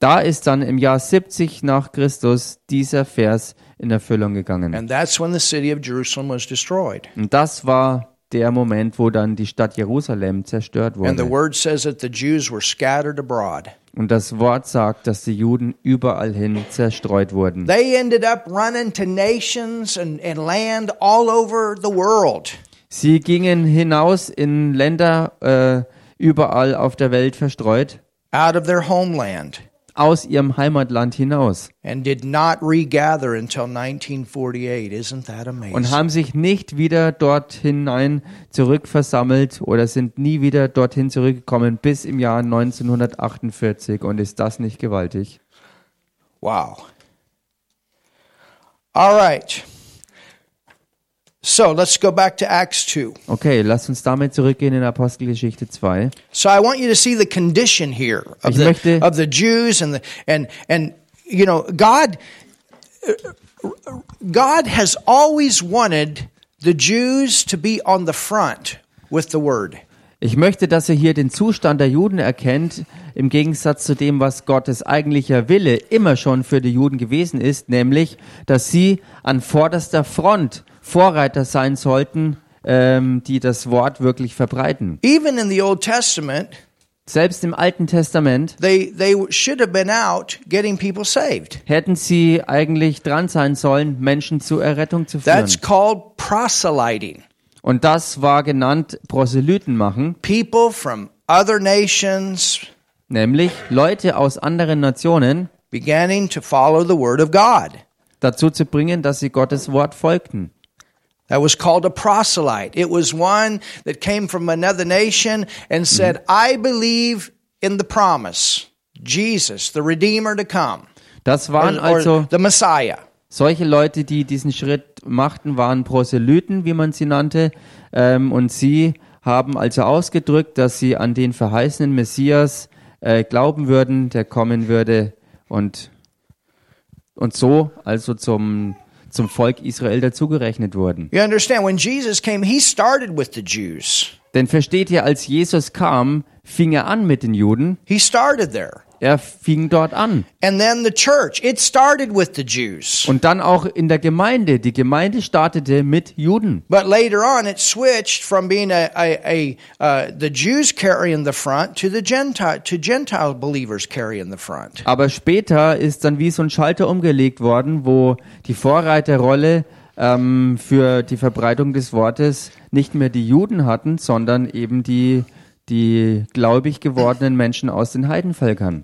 [SPEAKER 2] Da ist dann im Jahr 70 nach Christus dieser Vers in Erfüllung gegangen.
[SPEAKER 1] And that's when the city of Jerusalem was destroyed.
[SPEAKER 2] Und das war der Moment, wo dann die Stadt Jerusalem zerstört
[SPEAKER 1] And the
[SPEAKER 2] wurde.
[SPEAKER 1] word says that the Jews were scattered abroad.
[SPEAKER 2] Und das Wort sagt, dass die Juden überall hin zerstreut wurden.
[SPEAKER 1] They ended up running to nations and, and land all over the world.
[SPEAKER 2] Sie gingen hinaus in Länder äh, überall auf der Welt verstreut,
[SPEAKER 1] out of their homeland
[SPEAKER 2] aus ihrem Heimatland hinaus
[SPEAKER 1] and did not regather until 1948. Isn't that
[SPEAKER 2] und
[SPEAKER 1] amazing?
[SPEAKER 2] haben sich nicht wieder dort hinein zurückversammelt oder sind nie wieder dorthin zurückgekommen bis im Jahr 1948. Und ist das nicht gewaltig?
[SPEAKER 1] Wow. All right. So let's go back to Acts 2.
[SPEAKER 2] Okay, lasst uns damit zurückgehen in Apostelgeschichte 2.
[SPEAKER 1] So I want you to see the condition here of,
[SPEAKER 2] Ich
[SPEAKER 1] the,
[SPEAKER 2] möchte-
[SPEAKER 1] of the Jews and the, and, and, you know, God, God has always wanted the Jews to be on the front with the word.
[SPEAKER 2] Ich möchte, dass ihr hier den Zustand der Juden erkennt, im Gegensatz zu dem, was Gottes eigentlicher Wille immer schon für die Juden gewesen ist, nämlich, dass sie an vorderster Front Vorreiter sein sollten, ähm, die das Wort wirklich verbreiten.
[SPEAKER 1] Even in the Old Testament,
[SPEAKER 2] Selbst im Alten Testament
[SPEAKER 1] they they should have been out getting people saved.
[SPEAKER 2] hätten sie eigentlich dran sein sollen, Menschen zur Errettung zu führen.
[SPEAKER 1] That's called proselyting.
[SPEAKER 2] Und das war genannt Proselyten machen,
[SPEAKER 1] People from other nations
[SPEAKER 2] nämlich Leute aus anderen Nationen,
[SPEAKER 1] beginning to follow the word of God.
[SPEAKER 2] dazu zu bringen, dass sie Gottes Wort folgten.
[SPEAKER 1] That was called a proselyte. It was one that came from another nation and said, "I believe in the promise, Jesus, the Redeemer to come,
[SPEAKER 2] Das
[SPEAKER 1] or,
[SPEAKER 2] waren
[SPEAKER 1] or
[SPEAKER 2] also
[SPEAKER 1] the Messiah."
[SPEAKER 2] solche Leute, die diesen Schritt machten, waren Proselyten, wie man sie nannte, ähm, und sie haben also ausgedrückt, dass sie an den verheißenen Messias äh, glauben würden, der kommen würde und, und so also zum, zum Volk Israel dazugerechnet wurden.
[SPEAKER 1] You understand? When Jesus came, he started with the Jews.
[SPEAKER 2] Denn versteht ihr, als Jesus kam, fing er an mit den Juden,
[SPEAKER 1] He started there.
[SPEAKER 2] er fing dort an.
[SPEAKER 1] And then the church, it started with the Jews.
[SPEAKER 2] Und dann auch in der Gemeinde. Die Gemeinde startete mit Juden.
[SPEAKER 1] But later on, it switched from being a, a, a uh, the Jews carrying the front to the Gentile to Gentile believers carrying the front.
[SPEAKER 2] Aber später ist dann wie so ein Schalter umgelegt worden, wo die Vorreiterrolle ähm, für die Verbreitung des Wortes nicht mehr die Juden hatten, sondern eben die, die gläubig gewordenen Menschen aus den Heidenvölkern.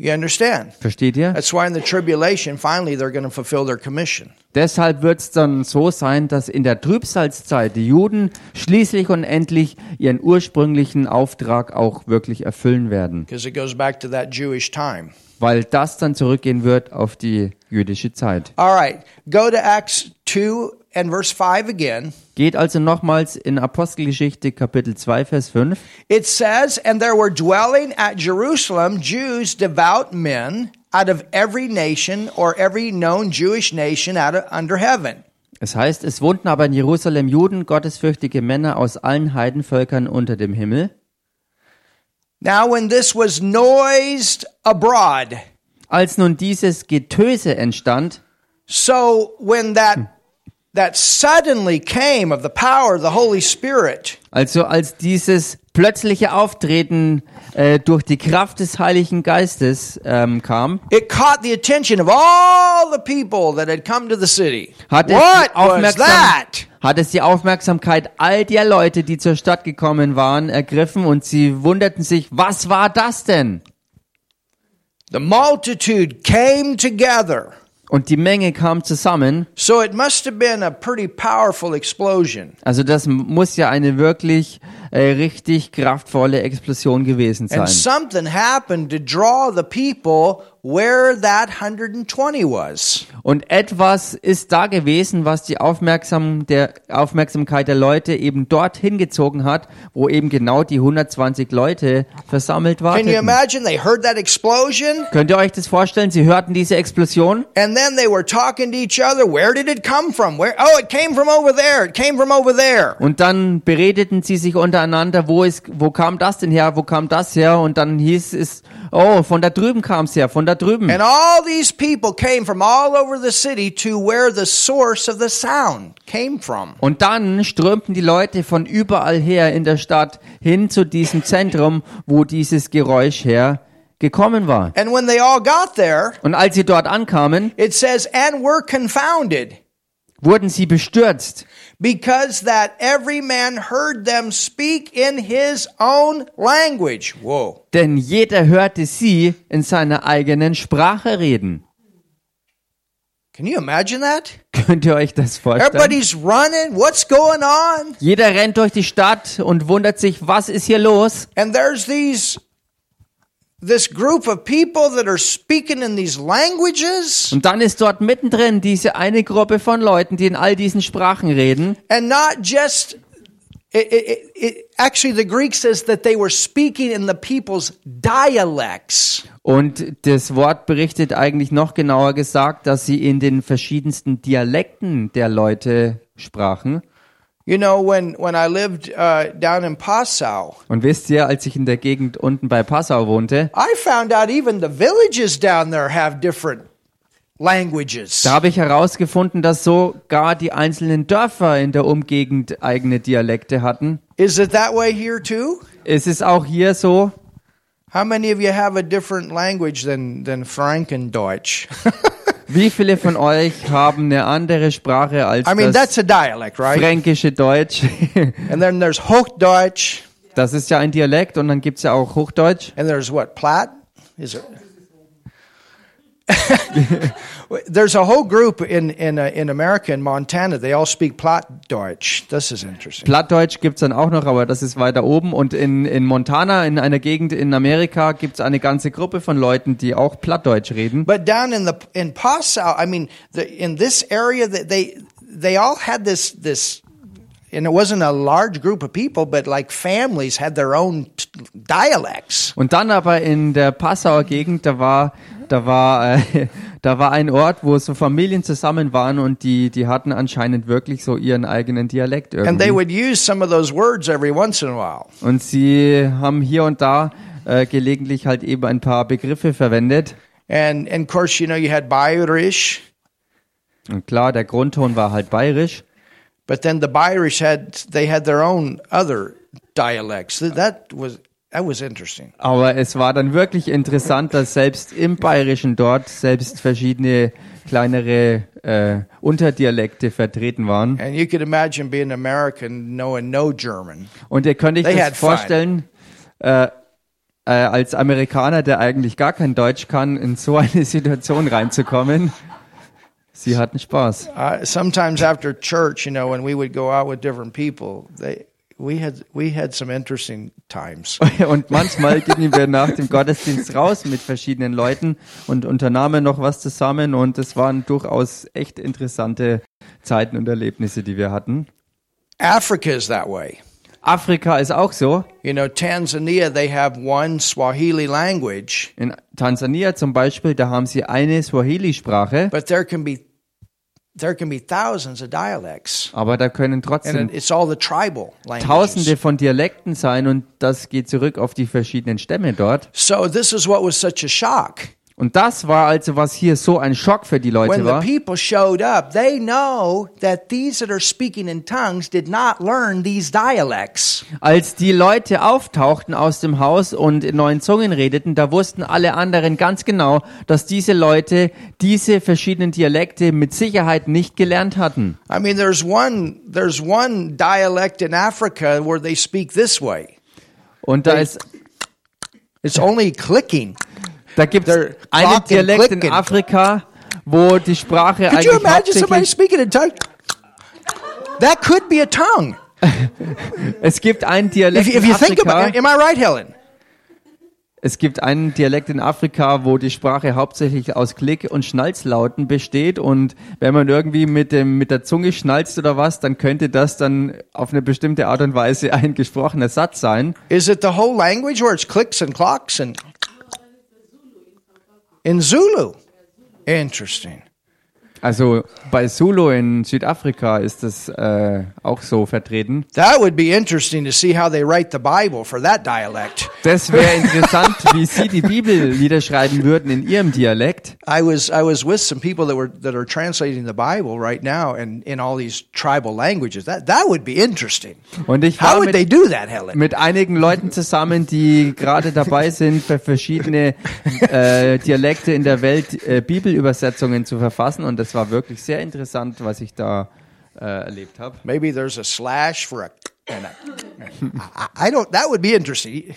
[SPEAKER 1] You understand?
[SPEAKER 2] Versteht ihr?
[SPEAKER 1] That's why in the tribulation, finally, they're going to fulfill their commission.
[SPEAKER 2] Deshalb wird es dann so sein, dass in der Trübsalzeit die Juden schließlich und endlich ihren ursprünglichen Auftrag auch wirklich erfüllen werden.
[SPEAKER 1] Because it goes back to that Jewish time.
[SPEAKER 2] weil das dann zurückgehen wird auf die jüdische Zeit.
[SPEAKER 1] All right, go to Acts 2 and verse 5 again.
[SPEAKER 2] Geht also nochmals in Apostelgeschichte Kapitel 2, Vers 5.
[SPEAKER 1] It says, And there were dwelling at Jerusalem Jews, devout men, out of every nation or every known Jewish nation out of, under heaven.
[SPEAKER 2] Es heißt, es wohnten aber in Jerusalem Juden, gottesfürchtige Männer aus allen Heidenvölkern unter dem Himmel.
[SPEAKER 1] Now, when this was noised abroad,
[SPEAKER 2] Als nun dieses Getöse entstand,
[SPEAKER 1] so when that that suddenly came of the power of the Holy Spirit,
[SPEAKER 2] also als dieses plötzliche Auftreten äh, durch die Kraft des Heiligen Geistes ähm, kam,
[SPEAKER 1] it caught the attention of all the people that had come to the city.
[SPEAKER 2] hat es,
[SPEAKER 1] what
[SPEAKER 2] die
[SPEAKER 1] was
[SPEAKER 2] Aufmerksam,
[SPEAKER 1] that?
[SPEAKER 2] hat es die Aufmerksamkeit all der Leute, die zur Stadt gekommen waren, ergriffen und sie wunderten sich, was war das denn?
[SPEAKER 1] The multitude came together.
[SPEAKER 2] Und die Menge kam zusammen.
[SPEAKER 1] So it must have been a pretty powerful explosion.
[SPEAKER 2] Also das m- muss ja eine wirklich äh, richtig kraftvolle Explosion gewesen sein.
[SPEAKER 1] And something happened to draw the people where that 120 was.
[SPEAKER 2] Und etwas ist da gewesen, was die Aufmerksam der Aufmerksamkeit der Leute eben dorthin gezogen hat, wo eben genau die 120 Leute versammelt
[SPEAKER 1] Can you
[SPEAKER 2] waren.
[SPEAKER 1] imagine? They heard that explosion
[SPEAKER 2] Könnt ihr euch das vorstellen? Sie hörten diese Explosion
[SPEAKER 1] and then they were talking to each other. Where did it come from? Where? Oh, it came from over there. It came from over there.
[SPEAKER 2] und dann beredeten sie sich untereinander, wo ist, wo kam das denn her, wo kam das her? Und dann hieß es, oh, von da drüben kam's her, von da drüben.
[SPEAKER 1] And all these people came from all over the city to where the source of the sound came from.
[SPEAKER 2] Und dann strömten die Leute von überall her in der Stadt hin zu diesem Zentrum, wo dieses Geräusch her gekommen war.
[SPEAKER 1] And when they all got there,
[SPEAKER 2] Und als sie dort ankamen,
[SPEAKER 1] it says, and were confounded.
[SPEAKER 2] wurden sie bestürzt,
[SPEAKER 1] because that every man heard them speak in his own language. Whoa.
[SPEAKER 2] denn jeder hörte sie in seiner eigenen Sprache reden.
[SPEAKER 1] Can you imagine that?
[SPEAKER 2] Könnt ihr euch das vorstellen?
[SPEAKER 1] Everybody's running. What's going on?
[SPEAKER 2] Jeder rennt durch die Stadt und wundert sich, was ist hier los?
[SPEAKER 1] And there's these this group of people that are speaking in these languages
[SPEAKER 2] Und dann ist dort mittendrin diese eine Gruppe von Leuten, die in all diesen Sprachen reden.
[SPEAKER 1] and not just it, it, it- it, actually the greek says that they were speaking in the people's dialects
[SPEAKER 2] Und das Wort berichtet eigentlich noch genauer gesagt, dass sie in den verschiedensten Dialekten der Leute sprachen.
[SPEAKER 1] you know when when i lived uh, down in passau
[SPEAKER 2] Und wisst ihr, als ich in der Gegend unten bei Passau wohnte,
[SPEAKER 1] I found out even the villages down there have different languages.
[SPEAKER 2] da habe ich herausgefunden, dass sogar die einzelnen Dörfer in der Umgegend eigene Dialekte hatten.
[SPEAKER 1] Is it that way here too?
[SPEAKER 2] Es ist auch hier so.
[SPEAKER 1] How many of you have a different language than than Frankendeutsch?
[SPEAKER 2] Wie viele von euch haben eine andere Sprache als
[SPEAKER 1] I mean,
[SPEAKER 2] das
[SPEAKER 1] that's a dialect, right?
[SPEAKER 2] fränkische Deutsch?
[SPEAKER 1] and then there's Hochdeutsch,
[SPEAKER 2] das ist ja ein Dialekt und dann gibt's ja auch Hochdeutsch.
[SPEAKER 1] and there's what Platt? Is it? there's a whole group in in uh, in America in Montana. They all speak Plattdeutsch. This is interesting.
[SPEAKER 2] Plattdeutsch gibt's dann auch noch, aber das ist weiter oben. Und in, in Montana, in einer Gegend in Amerika, gibt's eine ganze Gruppe von Leuten, die auch Plattdeutsch reden.
[SPEAKER 1] But down in the in Passau, I mean, the, in this area that they they all had this this, and it wasn't a large group of people, but like families had their own t- dialects.
[SPEAKER 2] Und dann aber in der Passauer Gegend, da war, da war, äh, da war ein Ort, wo so Familien zusammen waren und die, die hatten anscheinend wirklich so ihren eigenen Dialekt
[SPEAKER 1] And they
[SPEAKER 2] irgendwie.
[SPEAKER 1] would use some of those words every once in a while.
[SPEAKER 2] Und sie haben hier und da äh, gelegentlich halt eben ein paar Begriffe verwendet.
[SPEAKER 1] And and of course, you know, you had Bayerisch,
[SPEAKER 2] Und klar, der Grundton war halt bayerisch.
[SPEAKER 1] but then the Bayerisch had they had their own other dialects. Th- That was that was interesting.
[SPEAKER 2] Aber es war dann wirklich interessant, dass selbst im Bayerischen dort selbst verschiedene kleinere äh, Unterdialekte vertreten waren.
[SPEAKER 1] And you could imagine being American knowing no German.
[SPEAKER 2] Und ihr könnt euch
[SPEAKER 1] They had
[SPEAKER 2] das
[SPEAKER 1] fun.
[SPEAKER 2] vorstellen, äh, äh, als Amerikaner, der eigentlich gar kein Deutsch kann, in so eine Situation reinzukommen. Sie hatten Spaß.
[SPEAKER 1] I, Uh, sometimes after church, you know, when we would go out with different people, they we had we had some interesting times.
[SPEAKER 2] Und manchmal gingen wir nach dem Gottesdienst raus mit verschiedenen Leuten und unternahmen noch was zusammen. Und es waren durchaus echt interessante Zeiten und Erlebnisse, die wir hatten.
[SPEAKER 1] Africa is that way.
[SPEAKER 2] Afrika ist auch so.
[SPEAKER 1] You know, Tanzania they have one Swahili language,
[SPEAKER 2] In Tansania zum Beispiel, da haben sie eine Swahili-Sprache,
[SPEAKER 1] but there can be there can be thousands of dialects,
[SPEAKER 2] Aber da können
[SPEAKER 1] and
[SPEAKER 2] trotzdem
[SPEAKER 1] it- it's all the tribal languages.
[SPEAKER 2] Tausende von Dialekten sein und das geht zurück auf die verschiedenen Stämme dort.
[SPEAKER 1] So this is what was such a shock.
[SPEAKER 2] Und das war also, was hier so ein Schock für die
[SPEAKER 1] When
[SPEAKER 2] Leute
[SPEAKER 1] the
[SPEAKER 2] war.
[SPEAKER 1] people showed up, they know that these that are speaking in tongues did not learn these dialects.
[SPEAKER 2] Als die Leute auftauchten aus dem Haus und in neuen Zungen redeten, da wussten alle anderen ganz genau, dass diese Leute diese verschiedenen Dialekte mit Sicherheit nicht gelernt hatten.
[SPEAKER 1] I mean, there's one there's one dialect in Africa where they speak this way.
[SPEAKER 2] Und da ist,
[SPEAKER 1] It's only clicking.
[SPEAKER 2] da gibt
[SPEAKER 1] They're
[SPEAKER 2] es einen
[SPEAKER 1] clocking,
[SPEAKER 2] Dialekt in
[SPEAKER 1] clicking.
[SPEAKER 2] Afrika, wo die Sprache
[SPEAKER 1] Could you
[SPEAKER 2] eigentlich
[SPEAKER 1] imagine somebody
[SPEAKER 2] hauptsächlich,
[SPEAKER 1] speaking in tongues? That could be a tongue.
[SPEAKER 2] es gibt einen Dialekt
[SPEAKER 1] If you, if
[SPEAKER 2] in
[SPEAKER 1] you think
[SPEAKER 2] Afrika,
[SPEAKER 1] about it, am I right, Helen?
[SPEAKER 2] Es gibt einen Dialekt in Afrika, wo die Sprache hauptsächlich aus Klick- und Schnalzlauten besteht und wenn man irgendwie mit dem mit der Zunge schnalzt oder was, dann könnte das dann auf eine bestimmte Art und Weise ein gesprochener Satz sein.
[SPEAKER 1] Is it the whole language where it's clicks and clocks and in Zulu? Interesting.
[SPEAKER 2] Also bei Zulu in Südafrika ist das äh, auch so vertreten.
[SPEAKER 1] That would be interesting to see how they write the Bible for that dialect.
[SPEAKER 2] Das wäre interessant, wie Sie die Bibel niederschreiben würden in Ihrem Dialekt.
[SPEAKER 1] I was I was with some people that were that are translating the Bible right now and in all these tribal languages. That that would be interesting.
[SPEAKER 2] Und ich
[SPEAKER 1] How
[SPEAKER 2] war
[SPEAKER 1] would
[SPEAKER 2] mit
[SPEAKER 1] they do that, Helen?
[SPEAKER 2] mit einigen Leuten zusammen, die gerade dabei sind, für verschiedene äh, Dialekte in der Welt äh, Bibelübersetzungen zu verfassen. Und das war wirklich sehr interessant, was ich da äh, erlebt habe.
[SPEAKER 1] Maybe there's a slash for a and a I- I don't that would be interesting.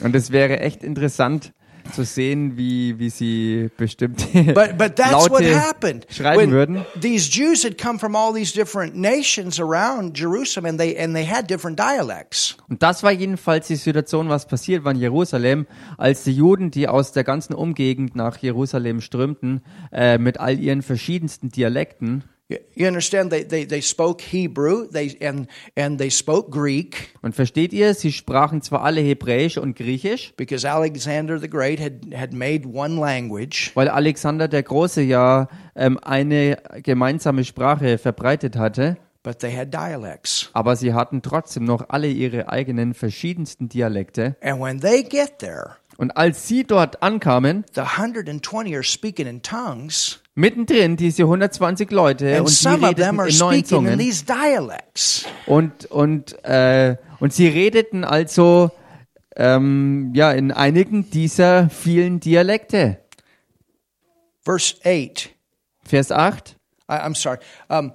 [SPEAKER 2] Und es wäre echt interessant zu sehen, wie, wie sie bestimmte
[SPEAKER 1] But but that's
[SPEAKER 2] Laute
[SPEAKER 1] what happened.
[SPEAKER 2] schreiben würden.
[SPEAKER 1] these Jews had come from all these different nations around Jerusalem and they and they had different dialects.
[SPEAKER 2] Und das war jedenfalls die Situation, was passiert war in Jerusalem, als die Juden, die aus der ganzen Umgegend nach Jerusalem strömten, äh, mit all ihren verschiedensten Dialekten,
[SPEAKER 1] You, you understand they, they they spoke Hebrew, they and and they spoke Greek.
[SPEAKER 2] Und versteht ihr, sie sprachen zwar alle Hebräisch und Griechisch,
[SPEAKER 1] because Alexander the Great had, had made one language,
[SPEAKER 2] weil Alexander der Große ja ähm, eine gemeinsame Sprache verbreitet hatte,
[SPEAKER 1] but they had dialects.
[SPEAKER 2] aber sie hatten trotzdem noch alle ihre eigenen verschiedensten Dialekte.
[SPEAKER 1] And when they get there,
[SPEAKER 2] Und als sie dort ankamen,
[SPEAKER 1] the 120 are speaking in tongues,
[SPEAKER 2] mittendrin diese 120 Leute
[SPEAKER 1] and
[SPEAKER 2] und sie
[SPEAKER 1] some of them
[SPEAKER 2] redeten
[SPEAKER 1] are
[SPEAKER 2] in neuen
[SPEAKER 1] speaking in
[SPEAKER 2] Zungen
[SPEAKER 1] these dialects.
[SPEAKER 2] und und äh, und sie redeten also ähm, ja in einigen dieser vielen Dialekte.
[SPEAKER 1] Verse 8,
[SPEAKER 2] Vers 8.
[SPEAKER 1] I, I'm sorry, um,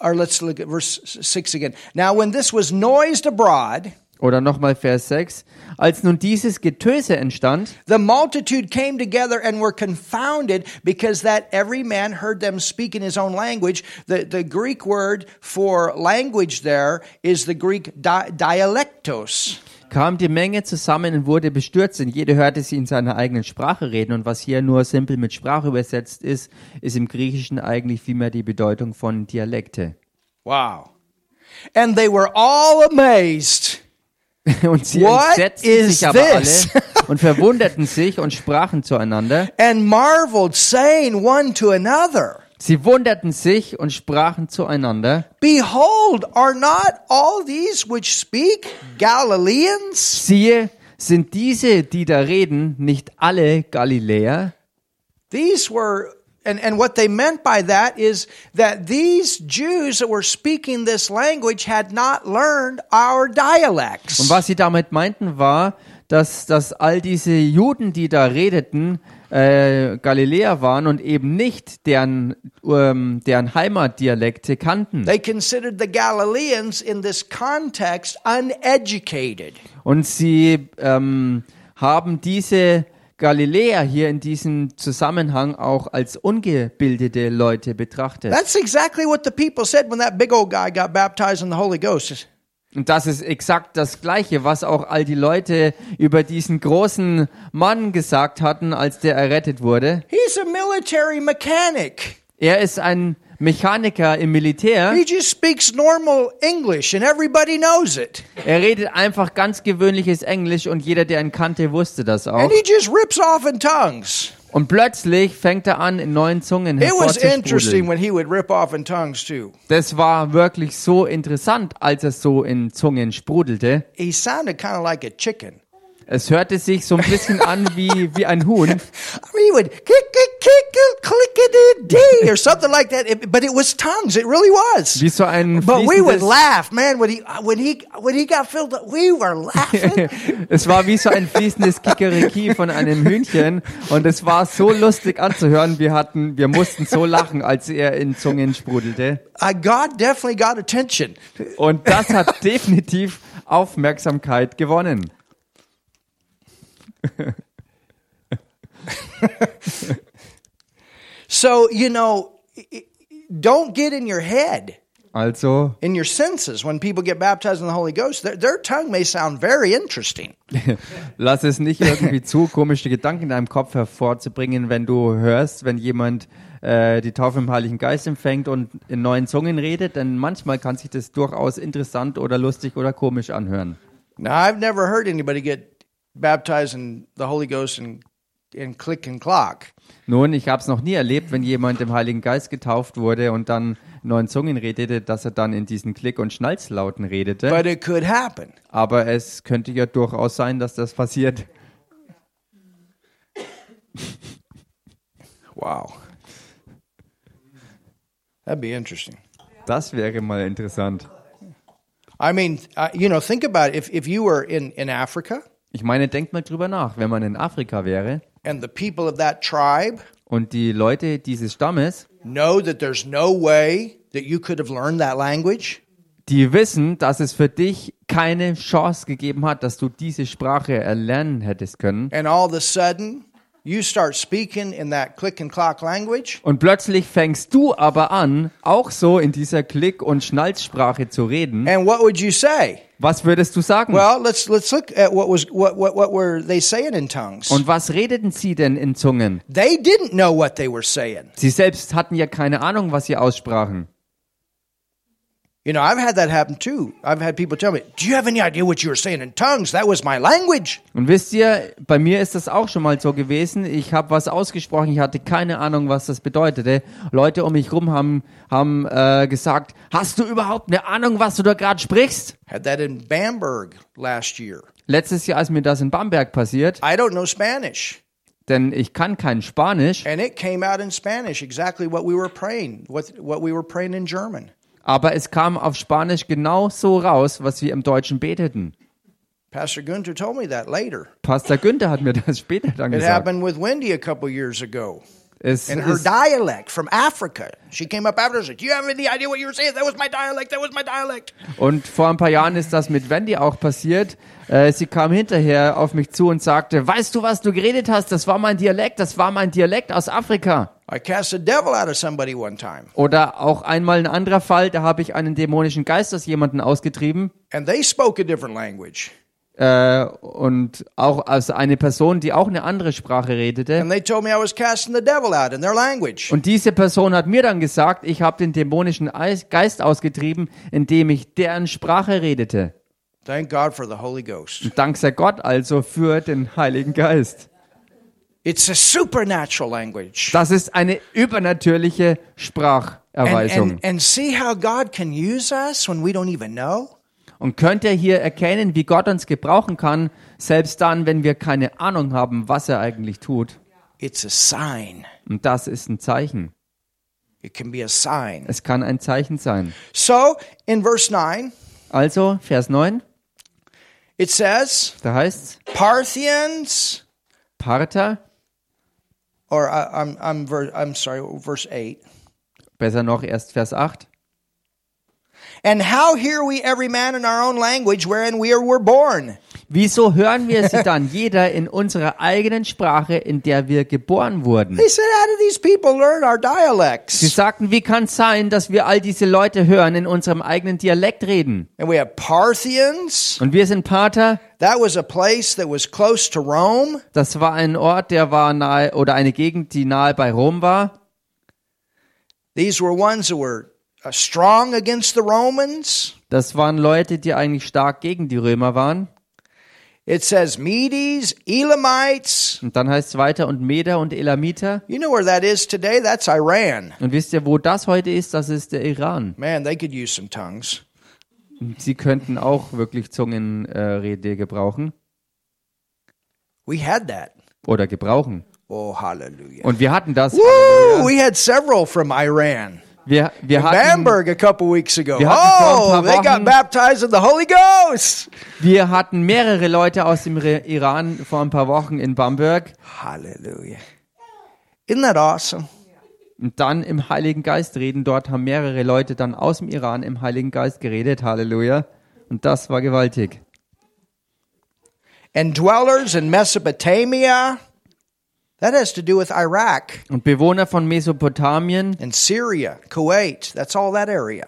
[SPEAKER 1] or let's look at verse 6 again. Now, when this was noised abroad,
[SPEAKER 2] Oder nochmal Vers 6. Als nun dieses Getöse entstand,
[SPEAKER 1] the multitude came together and were confounded because that every man heard them speak in his own language. The, the Greek word for language there is the Greek di- dialectos.
[SPEAKER 2] kam die Menge zusammen und wurde bestürzt, denn jeder hörte sie in seiner eigenen Sprache reden. Und was hier nur simpel mit Sprache übersetzt ist, ist im Griechischen eigentlich vielmehr die Bedeutung von Dialekte.
[SPEAKER 1] Wow. And they were all amazed.
[SPEAKER 2] Und sie
[SPEAKER 1] What
[SPEAKER 2] entsetzten
[SPEAKER 1] is
[SPEAKER 2] sich aber
[SPEAKER 1] this?
[SPEAKER 2] alle und verwunderten sich und sprachen zueinander.
[SPEAKER 1] and marveled, saying one to another,
[SPEAKER 2] Sie wunderten sich und sprachen zueinander.
[SPEAKER 1] Behold, are not all these which speak Galileans?
[SPEAKER 2] Siehe, sind diese, die da reden, nicht alle Galiläer?
[SPEAKER 1] These were, and, and what they meant by that is that these Jews that were speaking this language had not learned our dialects.
[SPEAKER 2] Und was sie damit meinten war, dass, dass all diese Juden, die da redeten, äh, Galiläer waren und eben nicht deren, ähm, deren Heimatdialekte kannten.
[SPEAKER 1] They considered the Galileans in this context uneducated.
[SPEAKER 2] Und sie ähm, haben diese Galiläer hier in diesem Zusammenhang auch als ungebildete Leute betrachtet.
[SPEAKER 1] That's exactly what the people said when that big old guy got baptized in the Holy Ghost.
[SPEAKER 2] Und das ist exakt das Gleiche, was auch all die Leute über diesen großen Mann gesagt hatten, als der errettet wurde.
[SPEAKER 1] He's a military mechanic.
[SPEAKER 2] Er ist ein Mechaniker im Militär.
[SPEAKER 1] He just speaks normal English and everybody knows it.
[SPEAKER 2] Er redet einfach ganz gewöhnliches Englisch und jeder, der ihn kannte, wusste das auch.
[SPEAKER 1] And he just rips off in tongues.
[SPEAKER 2] Und plötzlich fängt er an, in neuen Zungen
[SPEAKER 1] It was interesting
[SPEAKER 2] hervorzusprudeln.
[SPEAKER 1] when he would rip off in tongues too.
[SPEAKER 2] Das war wirklich so interessant, als es so in Zungen sprudelte.
[SPEAKER 1] He sounded kind of like a chicken.
[SPEAKER 2] Es hörte sich so ein bisschen an wie, wie ein Huhn.
[SPEAKER 1] I mean, he would kick, kick, kick, kick, clickety dee or something like that. It- but it was tongues. It really was.
[SPEAKER 2] Wie so ein
[SPEAKER 1] But we would
[SPEAKER 2] fließendes,
[SPEAKER 1] laugh, man. When he uh, when he when he got filled up, we were laughing.
[SPEAKER 2] es war wie so ein fließendes Kikeriki von einem Hühnchen und es war so lustig anzuhören. Wir hatten, wir mussten so lachen, als er in Zungen sprudelte.
[SPEAKER 1] uh, God definitely got attention.
[SPEAKER 2] Und das hat definitiv Aufmerksamkeit gewonnen.
[SPEAKER 1] So you know, i- i- don't get in your head,
[SPEAKER 2] Also
[SPEAKER 1] in your senses. When people get baptized in the Holy Ghost, their, their tongue may sound very interesting.
[SPEAKER 2] lass es nicht irgendwie zu, komische Gedanken in deinem Kopf hervorzubringen, wenn du hörst, wenn jemand äh, die Taufe im Heiligen Geist empfängt und in neuen Zungen redet, denn manchmal kann sich das durchaus interessant oder lustig oder komisch anhören.
[SPEAKER 1] Now, I've never heard anybody get baptized in the Holy Ghost and and click and clock.
[SPEAKER 2] Nun, ich habe es noch nie erlebt, wenn jemand im Heiligen Geist getauft wurde und dann in neuen Zungen redete, dass er dann in diesen Klick- und Schnalzlauten redete.
[SPEAKER 1] But it could happen.
[SPEAKER 2] Aber es könnte ja durchaus sein, dass das passiert.
[SPEAKER 1] Wow. That'd be interesting.
[SPEAKER 2] Das wäre mal interessant.
[SPEAKER 1] I mean, uh, you know, think about it. if if you were in in Africa
[SPEAKER 2] Ich meine, denkt mal drüber nach, wenn man in Afrika wäre
[SPEAKER 1] and the people of that tribe
[SPEAKER 2] und die Leute dieses Stammes,
[SPEAKER 1] know that there's no way that you could have learned that language,
[SPEAKER 2] die wissen, dass es für dich keine Chance gegeben hat, dass du diese Sprache erlernen hättest können.
[SPEAKER 1] and all of a sudden you start speaking in that click and clock language,
[SPEAKER 2] Und plötzlich fängst du aber an, auch so in dieser Klick- und Schnalzsprache zu reden.
[SPEAKER 1] and what would you say?
[SPEAKER 2] Was würdest du sagen?
[SPEAKER 1] Well, let's let's look at what was what what what were they saying in tongues?
[SPEAKER 2] Und was redeten sie denn in Zungen?
[SPEAKER 1] They didn't know what they were saying.
[SPEAKER 2] Sie selbst hatten ja keine Ahnung, was sie aussprachen.
[SPEAKER 1] You know, I've had that happen too. I've had people tell me, "Do you have any idea what you were saying in tongues? That was my language."
[SPEAKER 2] Und wisst ihr, bei mir ist das auch schon mal so gewesen. Ich habe was ausgesprochen, ich hatte keine Ahnung, was das bedeutete. Leute um mich rum haben, haben äh, gesagt, hast du überhaupt eine Ahnung, was du da gerade sprichst?
[SPEAKER 1] Had that in Bamberg last year.
[SPEAKER 2] Letztes Jahr ist mir das in Bamberg passiert,
[SPEAKER 1] I don't know Spanish,
[SPEAKER 2] denn ich kann kein Spanisch,
[SPEAKER 1] and it came out in Spanish exactly what we were praying, what what we were praying in German.
[SPEAKER 2] aber es kam auf Spanisch genau so raus, was wir im Deutschen beteten.
[SPEAKER 1] Pastor Gunter told me that later.
[SPEAKER 2] Pastor Günther hat mir das später dann
[SPEAKER 1] It
[SPEAKER 2] gesagt.
[SPEAKER 1] happened with Wendy a couple years ago.
[SPEAKER 2] Es
[SPEAKER 1] And her
[SPEAKER 2] ist,
[SPEAKER 1] dialect from Africa. She came up after us. Do you have any idea what you were saying? That was my dialect. That was my dialect.
[SPEAKER 2] Und vor ein paar Jahren ist das mit Wendy auch passiert. Äh, sie kam hinterher auf mich zu und sagte, weißt du, was du geredet hast? Das war mein Dialekt, das war mein Dialekt aus Afrika.
[SPEAKER 1] I cast the devil out of somebody one time,
[SPEAKER 2] Oder auch einmal ein anderer Fall, da habe ich einen dämonischen Geist aus jemanden ausgetrieben.
[SPEAKER 1] and they spoke a different language.
[SPEAKER 2] Äh, und auch als eine Person, die auch eine andere Sprache redete.
[SPEAKER 1] And they told me I was casting the devil out in their language.
[SPEAKER 2] Und diese Person hat mir dann gesagt, ich habe den dämonischen Eis- Geist ausgetrieben, indem ich deren Sprache redete.
[SPEAKER 1] Thank God for the Holy Ghost.
[SPEAKER 2] Dank sei Gott also für den Heiligen Geist.
[SPEAKER 1] It's a supernatural language.
[SPEAKER 2] Das ist eine
[SPEAKER 1] And,
[SPEAKER 2] übernatürliche Spracherweisung.
[SPEAKER 1] and, and see how God can use us when we don't even know?
[SPEAKER 2] und könnt ihr hier erkennen, wie Gott uns gebrauchen kann, selbst dann, wenn wir keine Ahnung haben, was er eigentlich tut?
[SPEAKER 1] It's a sign.
[SPEAKER 2] Und das ist ein Zeichen.
[SPEAKER 1] It can be a sign.
[SPEAKER 2] Es kann ein Zeichen sein.
[SPEAKER 1] So in verse 9,
[SPEAKER 2] Also, Vers 9,
[SPEAKER 1] it says,
[SPEAKER 2] da heißt's,
[SPEAKER 1] Parthians,
[SPEAKER 2] Parther,
[SPEAKER 1] or I, I'm, I'm, ver, I'm sorry, verse 8.
[SPEAKER 2] besser noch erst Vers 8.
[SPEAKER 1] And how hear we every man in our own language wherein we are, were born?
[SPEAKER 2] Wieso hören wir sie dann jeder in unserer eigenen Sprache, in der wir geboren wurden?
[SPEAKER 1] They said, How do these people learn our
[SPEAKER 2] Sie
[SPEAKER 1] dialects?
[SPEAKER 2] sagten, wie kann es sein, dass wir all diese Leute hören, in unserem eigenen Dialekt reden?
[SPEAKER 1] And we have Parthians.
[SPEAKER 2] Und wir sind Parther,
[SPEAKER 1] That was a place that was close to Rome.
[SPEAKER 2] Das war ein Ort, der war nahe oder eine Gegend, die nahe bei Rom war.
[SPEAKER 1] These were ones that were uh, strong against the Romans.
[SPEAKER 2] Das waren Leute, die eigentlich stark gegen die Römer waren.
[SPEAKER 1] It says Medes, Elamites.
[SPEAKER 2] Und dann heißt es weiter, und Meder und Elamiter.
[SPEAKER 1] You know where that is today? That's Iran.
[SPEAKER 2] Und wisst ihr, wo das heute ist? Das ist der Iran.
[SPEAKER 1] Man, they could use some tongues.
[SPEAKER 2] Sie könnten auch wirklich Zungenrede gebrauchen
[SPEAKER 1] We had that.
[SPEAKER 2] oder gebrauchen.
[SPEAKER 1] Oh, hallelujah.
[SPEAKER 2] Und wir hatten das.
[SPEAKER 1] Woo! We had several from Iran.
[SPEAKER 2] Wir, wir hatten,
[SPEAKER 1] Bamberg a couple weeks ago.
[SPEAKER 2] Wir hatten vor
[SPEAKER 1] Oh,
[SPEAKER 2] ein paar
[SPEAKER 1] they got
[SPEAKER 2] Wochen-
[SPEAKER 1] baptized in the Holy Ghost.
[SPEAKER 2] wir hatten mehrere Leute aus dem Re- Iran vor ein paar Wochen in Bamberg
[SPEAKER 1] Hallelujah. Isn't that awesome?
[SPEAKER 2] und dann im Heiligen Geist reden. Dort haben mehrere Leute dann aus dem Iran im Heiligen Geist geredet. Halleluja. Und das war gewaltig.
[SPEAKER 1] And dwellers in Mesopotamia. That has to do with Iraq
[SPEAKER 2] Und Bewohner von Mesopotamien,
[SPEAKER 1] and Syria, Kuwait. That's all that area.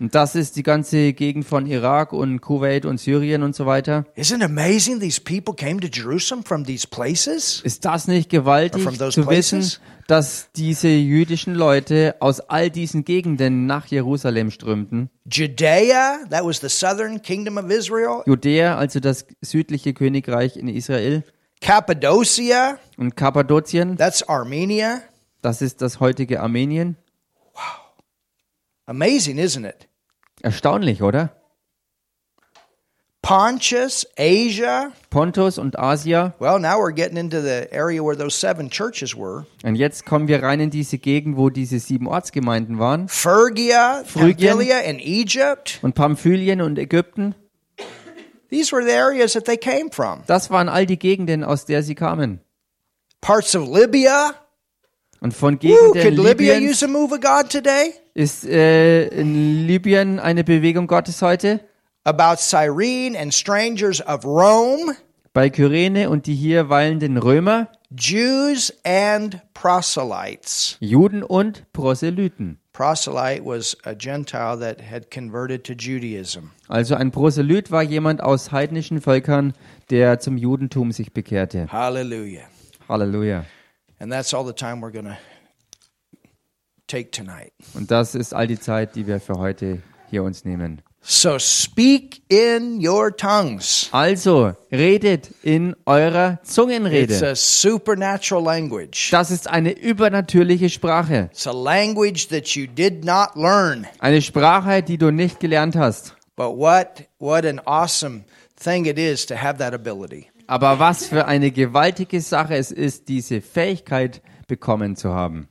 [SPEAKER 2] und das ist die ganze Gegend von Irak und Kuwait und Syrien und so weiter.
[SPEAKER 1] Isn't it amazing these people came to Jerusalem from these places?
[SPEAKER 2] Ist das nicht
[SPEAKER 1] Or
[SPEAKER 2] gewaltig
[SPEAKER 1] from those
[SPEAKER 2] zu wissen,
[SPEAKER 1] places?
[SPEAKER 2] dass diese jüdischen Leute aus all diesen Gegenden nach Jerusalem strömten?
[SPEAKER 1] Judea, that was the southern kingdom of Israel.
[SPEAKER 2] Judäa, also das südliche Königreich in Israel,
[SPEAKER 1] Cappadocia,
[SPEAKER 2] und Kappadokien,
[SPEAKER 1] that's Armenia.
[SPEAKER 2] das ist das heutige Armenien.
[SPEAKER 1] Amazing, isn't it?
[SPEAKER 2] Erstaunlich, oder?
[SPEAKER 1] Pontus, Asia.
[SPEAKER 2] Pontus und Asia.
[SPEAKER 1] Well, now we're getting into the area where those seven churches were.
[SPEAKER 2] Und jetzt kommen wir rein in diese Gegend, wo diese sieben Ortsgemeinden waren.
[SPEAKER 1] Phrygia,
[SPEAKER 2] Phrygien.
[SPEAKER 1] Pamphylia, and Egypt.
[SPEAKER 2] Und Pamphylien und Ägypten,
[SPEAKER 1] These were the areas that they came from.
[SPEAKER 2] das waren all die Gegenden, aus der sie kamen.
[SPEAKER 1] Parts of Libya.
[SPEAKER 2] Und von
[SPEAKER 1] Ooh,
[SPEAKER 2] Gegenden
[SPEAKER 1] could Libya
[SPEAKER 2] Libyens
[SPEAKER 1] use a move of God today?
[SPEAKER 2] ist äh, in Libyen eine Bewegung Gottes heute.
[SPEAKER 1] About Cyrene and strangers of Rome,
[SPEAKER 2] Bei Kyrene und die hier weilenden Römer,
[SPEAKER 1] Jews and proselytes.
[SPEAKER 2] Juden und Proselyten.
[SPEAKER 1] Proselyte was a Gentile that had converted to Judaism.
[SPEAKER 2] Also ein Proselyt war jemand aus heidnischen Völkern, der zum Judentum sich bekehrte.
[SPEAKER 1] Hallelujah.
[SPEAKER 2] Halleluja.
[SPEAKER 1] And that's all the time we're going to take tonight.
[SPEAKER 2] Und das ist all die Zeit, die wir für heute hier uns nehmen.
[SPEAKER 1] So speak in your tongues.
[SPEAKER 2] Also, redet in eurer
[SPEAKER 1] It's
[SPEAKER 2] Zungenrede.
[SPEAKER 1] a supernatural language.
[SPEAKER 2] Das ist eine übernatürliche Sprache.
[SPEAKER 1] It's a language that you did not learn.
[SPEAKER 2] Eine Sprache, die du nicht gelernt hast.
[SPEAKER 1] But what what an awesome thing it is to have that ability.
[SPEAKER 2] Aber was für eine gewaltige Sache es ist, diese Fähigkeit bekommen zu haben.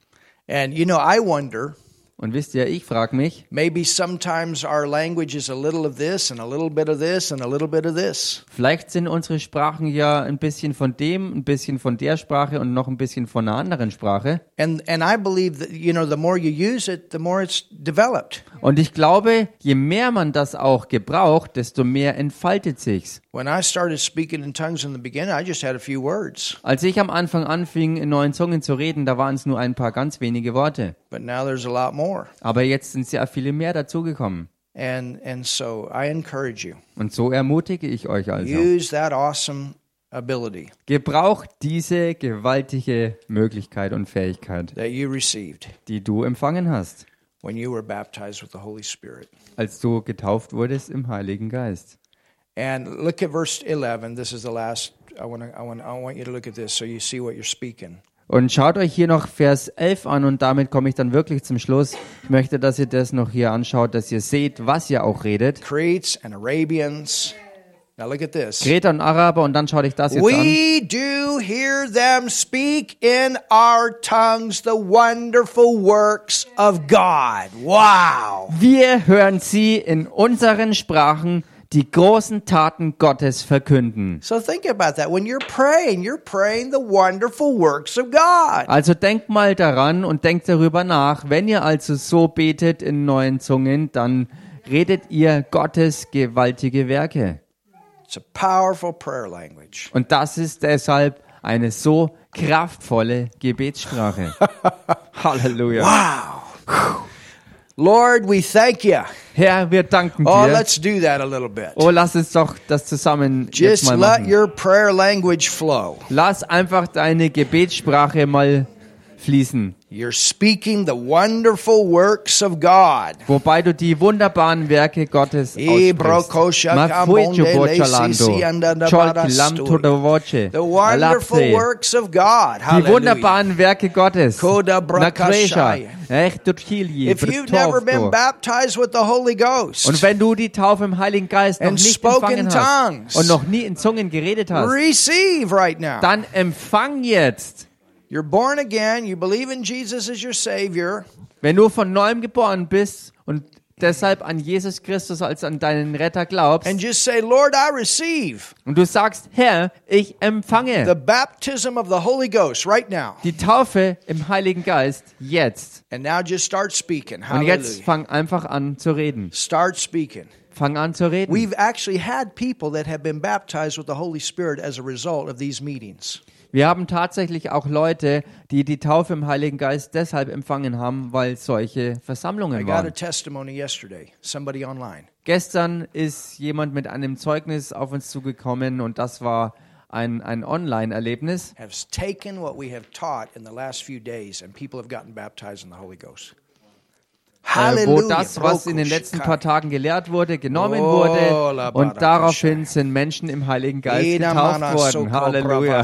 [SPEAKER 1] And you know, I wonder
[SPEAKER 2] Und wisst ihr, ich frage mich,
[SPEAKER 1] maybe sometimes our language is a little of this and a little bit of this and a little bit of this.
[SPEAKER 2] vielleicht sind unsere Sprachen ja ein bisschen von dem, ein bisschen von der Sprache und noch ein bisschen von einer anderen Sprache.
[SPEAKER 1] And and I believe that you know, the more you use it, the more it's developed.
[SPEAKER 2] Und ich glaube, je mehr man das auch gebraucht, desto mehr entfaltet sich's.
[SPEAKER 1] When I started speaking in tongues in the beginning, I just had a few words.
[SPEAKER 2] Als ich am Anfang anfing, in neuen Zungen zu reden, da waren es nur ein paar ganz wenige Worte.
[SPEAKER 1] But now there's a lot more.
[SPEAKER 2] Aber jetzt sind sehr viele mehr dazugekommen.
[SPEAKER 1] And and so I encourage you.
[SPEAKER 2] Und so ermutige ich euch also.
[SPEAKER 1] Use that awesome ability
[SPEAKER 2] Gebraucht diese gewaltige Möglichkeit und Fähigkeit,
[SPEAKER 1] that you received
[SPEAKER 2] die du empfangen hast,
[SPEAKER 1] when you were baptized with the Holy Spirit.
[SPEAKER 2] als du getauft wurdest im Heiligen Geist.
[SPEAKER 1] And look at verse 11. This is the last I want to I want I want you to look at this so you see what you're speaking.
[SPEAKER 2] Und schaut euch hier noch Vers 11 an und damit komme ich dann wirklich zum Schluss. Ich möchte, dass ihr das noch hier anschaut, dass ihr seht, was ihr auch redet.
[SPEAKER 1] Cretes and Arabians. Now look at this.
[SPEAKER 2] Kreta und Araber und dann schaut euch das jetzt an.
[SPEAKER 1] We do hear them speak in our tongues the wonderful works of God. Wow.
[SPEAKER 2] Wir hören sie in unseren Sprachen die großen Taten Gottes verkünden.
[SPEAKER 1] So think about that. When you're praying, you're praying the wonderful works of God.
[SPEAKER 2] Also denkt mal daran und denkt darüber nach. Wenn ihr also so betet in neuen Zungen, dann redet ihr Gottes gewaltige Werke.
[SPEAKER 1] It's a powerful prayer language.
[SPEAKER 2] Und das ist deshalb eine so kraftvolle Gebetssprache. Halleluja.
[SPEAKER 1] Wow. Lord, we thank you.
[SPEAKER 2] Herr, wir danken
[SPEAKER 1] Oh,
[SPEAKER 2] dir.
[SPEAKER 1] let's do that a little bit.
[SPEAKER 2] Oh, lass uns doch das zusammen jetzt
[SPEAKER 1] Just
[SPEAKER 2] mal
[SPEAKER 1] let
[SPEAKER 2] machen.
[SPEAKER 1] your prayer language flow.
[SPEAKER 2] Lass einfach deine Gebetssprache mal fließen.
[SPEAKER 1] You're speaking the wonderful works of God.
[SPEAKER 2] Wobei du die wunderbaren Werke Gottes
[SPEAKER 1] E
[SPEAKER 2] aussprichst.
[SPEAKER 1] Ibrokosha
[SPEAKER 2] Mafuichu
[SPEAKER 1] Gambonde
[SPEAKER 2] bocciolando,
[SPEAKER 1] Lesi Andanda
[SPEAKER 2] cholki lamto de voce,
[SPEAKER 1] The wonderful
[SPEAKER 2] lapse.
[SPEAKER 1] works of God.
[SPEAKER 2] Die
[SPEAKER 1] Hallelujah.
[SPEAKER 2] wunderbaren Werke Gottes.
[SPEAKER 1] Koda
[SPEAKER 2] Na Kresha,
[SPEAKER 1] brakashai.
[SPEAKER 2] echt durch Hilje,
[SPEAKER 1] If you've never been
[SPEAKER 2] Bertofto.
[SPEAKER 1] baptized with the Holy
[SPEAKER 2] Und
[SPEAKER 1] Ghost,
[SPEAKER 2] wenn du die Taufe im Heiligen Geist noch
[SPEAKER 1] And
[SPEAKER 2] nicht
[SPEAKER 1] spoke
[SPEAKER 2] empfangen
[SPEAKER 1] in
[SPEAKER 2] hast
[SPEAKER 1] tongues.
[SPEAKER 2] und noch nie in Zungen geredet hast,
[SPEAKER 1] receive right now.
[SPEAKER 2] dann empfang jetzt.
[SPEAKER 1] You're born again. You believe in Jesus as your Savior.
[SPEAKER 2] Wenn du von neuem geboren bist und deshalb an Jesus Christus als an deinen Retter glaubst
[SPEAKER 1] And just say, Lord, I receive
[SPEAKER 2] und du sagst, Herr, ich
[SPEAKER 1] the
[SPEAKER 2] empfange
[SPEAKER 1] baptism of the Holy Ghost right now.
[SPEAKER 2] die Taufe im Heiligen Geist jetzt.
[SPEAKER 1] And now just start speaking.
[SPEAKER 2] Und jetzt
[SPEAKER 1] Hallelujah.
[SPEAKER 2] fang einfach an zu reden.
[SPEAKER 1] Start speaking.
[SPEAKER 2] Fang an zu reden.
[SPEAKER 1] We've actually had people that have been baptized with the Holy Spirit as a result of these meetings.
[SPEAKER 2] Wir haben tatsächlich auch Leute, die die Taufe im Heiligen Geist deshalb empfangen haben, weil solche
[SPEAKER 1] I
[SPEAKER 2] Versammlungen
[SPEAKER 1] got a
[SPEAKER 2] waren.
[SPEAKER 1] testimony yesterday, somebody online.
[SPEAKER 2] Gestern ist jemand mit einem Zeugnis auf uns zugekommen und das war ein, ein Online-Erlebnis.
[SPEAKER 1] Has taken what we have taught in the last few days, and people have gotten baptized in the Holy Ghost.
[SPEAKER 2] Äh, wo
[SPEAKER 1] Hallelujah.
[SPEAKER 2] das, was in den letzten paar Tagen gelehrt wurde, genommen
[SPEAKER 1] Oh, la
[SPEAKER 2] wurde und
[SPEAKER 1] baraka
[SPEAKER 2] daraufhin sind Menschen im Heiligen Geist
[SPEAKER 1] Ida
[SPEAKER 2] getauft
[SPEAKER 1] mana
[SPEAKER 2] worden.
[SPEAKER 1] soko
[SPEAKER 2] Halleluja.
[SPEAKER 1] brava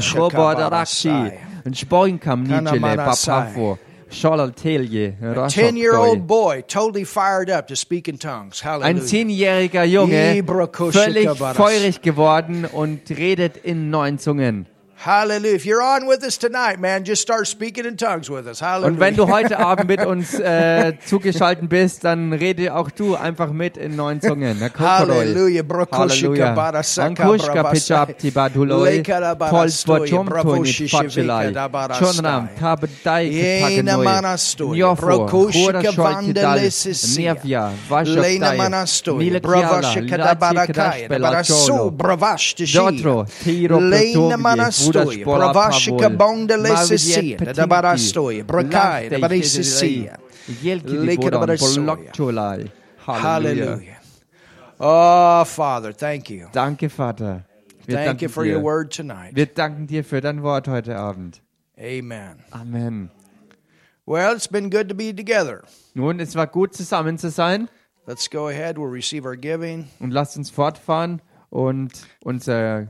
[SPEAKER 1] shaka bara
[SPEAKER 2] Schobodarakshi.
[SPEAKER 1] sai.
[SPEAKER 2] Und Spoinkam
[SPEAKER 1] Kana
[SPEAKER 2] Nijele
[SPEAKER 1] mana sai.
[SPEAKER 2] Papafo. Scholaltelje.
[SPEAKER 1] Ten-year-old boy totally fired up to speak in tongues.
[SPEAKER 2] Ein
[SPEAKER 1] Hallelujah.
[SPEAKER 2] zehnjähriger Junge,
[SPEAKER 1] Ibrokoshika
[SPEAKER 2] völlig
[SPEAKER 1] war das.
[SPEAKER 2] feurig geworden und redet in neun Zungen.
[SPEAKER 1] Hallelujah. If you're on with us tonight, man, just start speaking in tongues with us. Hallelujah.
[SPEAKER 2] Und wenn du heute Abend mit uns äh, zugeschalten bist, dann rede auch du einfach mit in neun Zungen. Na, Kokoroi.
[SPEAKER 1] Halleluja, Brokoschika Barasaka
[SPEAKER 2] Ankuschka
[SPEAKER 1] Bravasai.
[SPEAKER 2] Pichapti Baduloi,
[SPEAKER 1] Lekara Barastoi,
[SPEAKER 2] Polsvo Chomtoni
[SPEAKER 1] Bravoshishivika
[SPEAKER 2] Pachelai,
[SPEAKER 1] Dabarastai.
[SPEAKER 2] Chonram Tabetai
[SPEAKER 1] Jena
[SPEAKER 2] Pagenoi,
[SPEAKER 1] Manastoi,
[SPEAKER 2] Njofo,
[SPEAKER 1] Brokoschika
[SPEAKER 2] Hura Shoitidal,
[SPEAKER 1] Vandalesisia,
[SPEAKER 2] Nevia,
[SPEAKER 1] Lena
[SPEAKER 2] Vashoptai,
[SPEAKER 1] Manastoi,
[SPEAKER 2] Nilakiala,
[SPEAKER 1] Bravashika da Barakaya, da Barasu,
[SPEAKER 2] Lachikraspelacholo,
[SPEAKER 1] Bravashtishi,
[SPEAKER 2] Dotro, Tiro,
[SPEAKER 1] Lena
[SPEAKER 2] Protovje,
[SPEAKER 1] Manastoi,
[SPEAKER 2] Budaspora,
[SPEAKER 1] Bravashika
[SPEAKER 2] Pavol,
[SPEAKER 1] Bondelesisia,
[SPEAKER 2] Mavidiet,
[SPEAKER 1] da Barastoi,
[SPEAKER 2] Petinki,
[SPEAKER 1] Brakaya, da
[SPEAKER 2] Lachtei,
[SPEAKER 1] Barisisia.
[SPEAKER 2] Jelki, die
[SPEAKER 1] Leke, da
[SPEAKER 2] Bodan,
[SPEAKER 1] Barasoja.
[SPEAKER 2] Bolokcholai. Halleluja.
[SPEAKER 1] Hallelujah. Oh, Father, thank you.
[SPEAKER 2] Danke, Vater. Wir
[SPEAKER 1] Thank
[SPEAKER 2] danken
[SPEAKER 1] you for
[SPEAKER 2] dir.
[SPEAKER 1] your word tonight.
[SPEAKER 2] Wir danken dir für dein Wort heute Abend.
[SPEAKER 1] Amen.
[SPEAKER 2] Amen.
[SPEAKER 1] Well, it's been good to be together.
[SPEAKER 2] Nun, es war gut zusammen zu sein
[SPEAKER 1] Let's go ahead. We'll receive our giving.
[SPEAKER 2] und lasst uns fortfahren und unser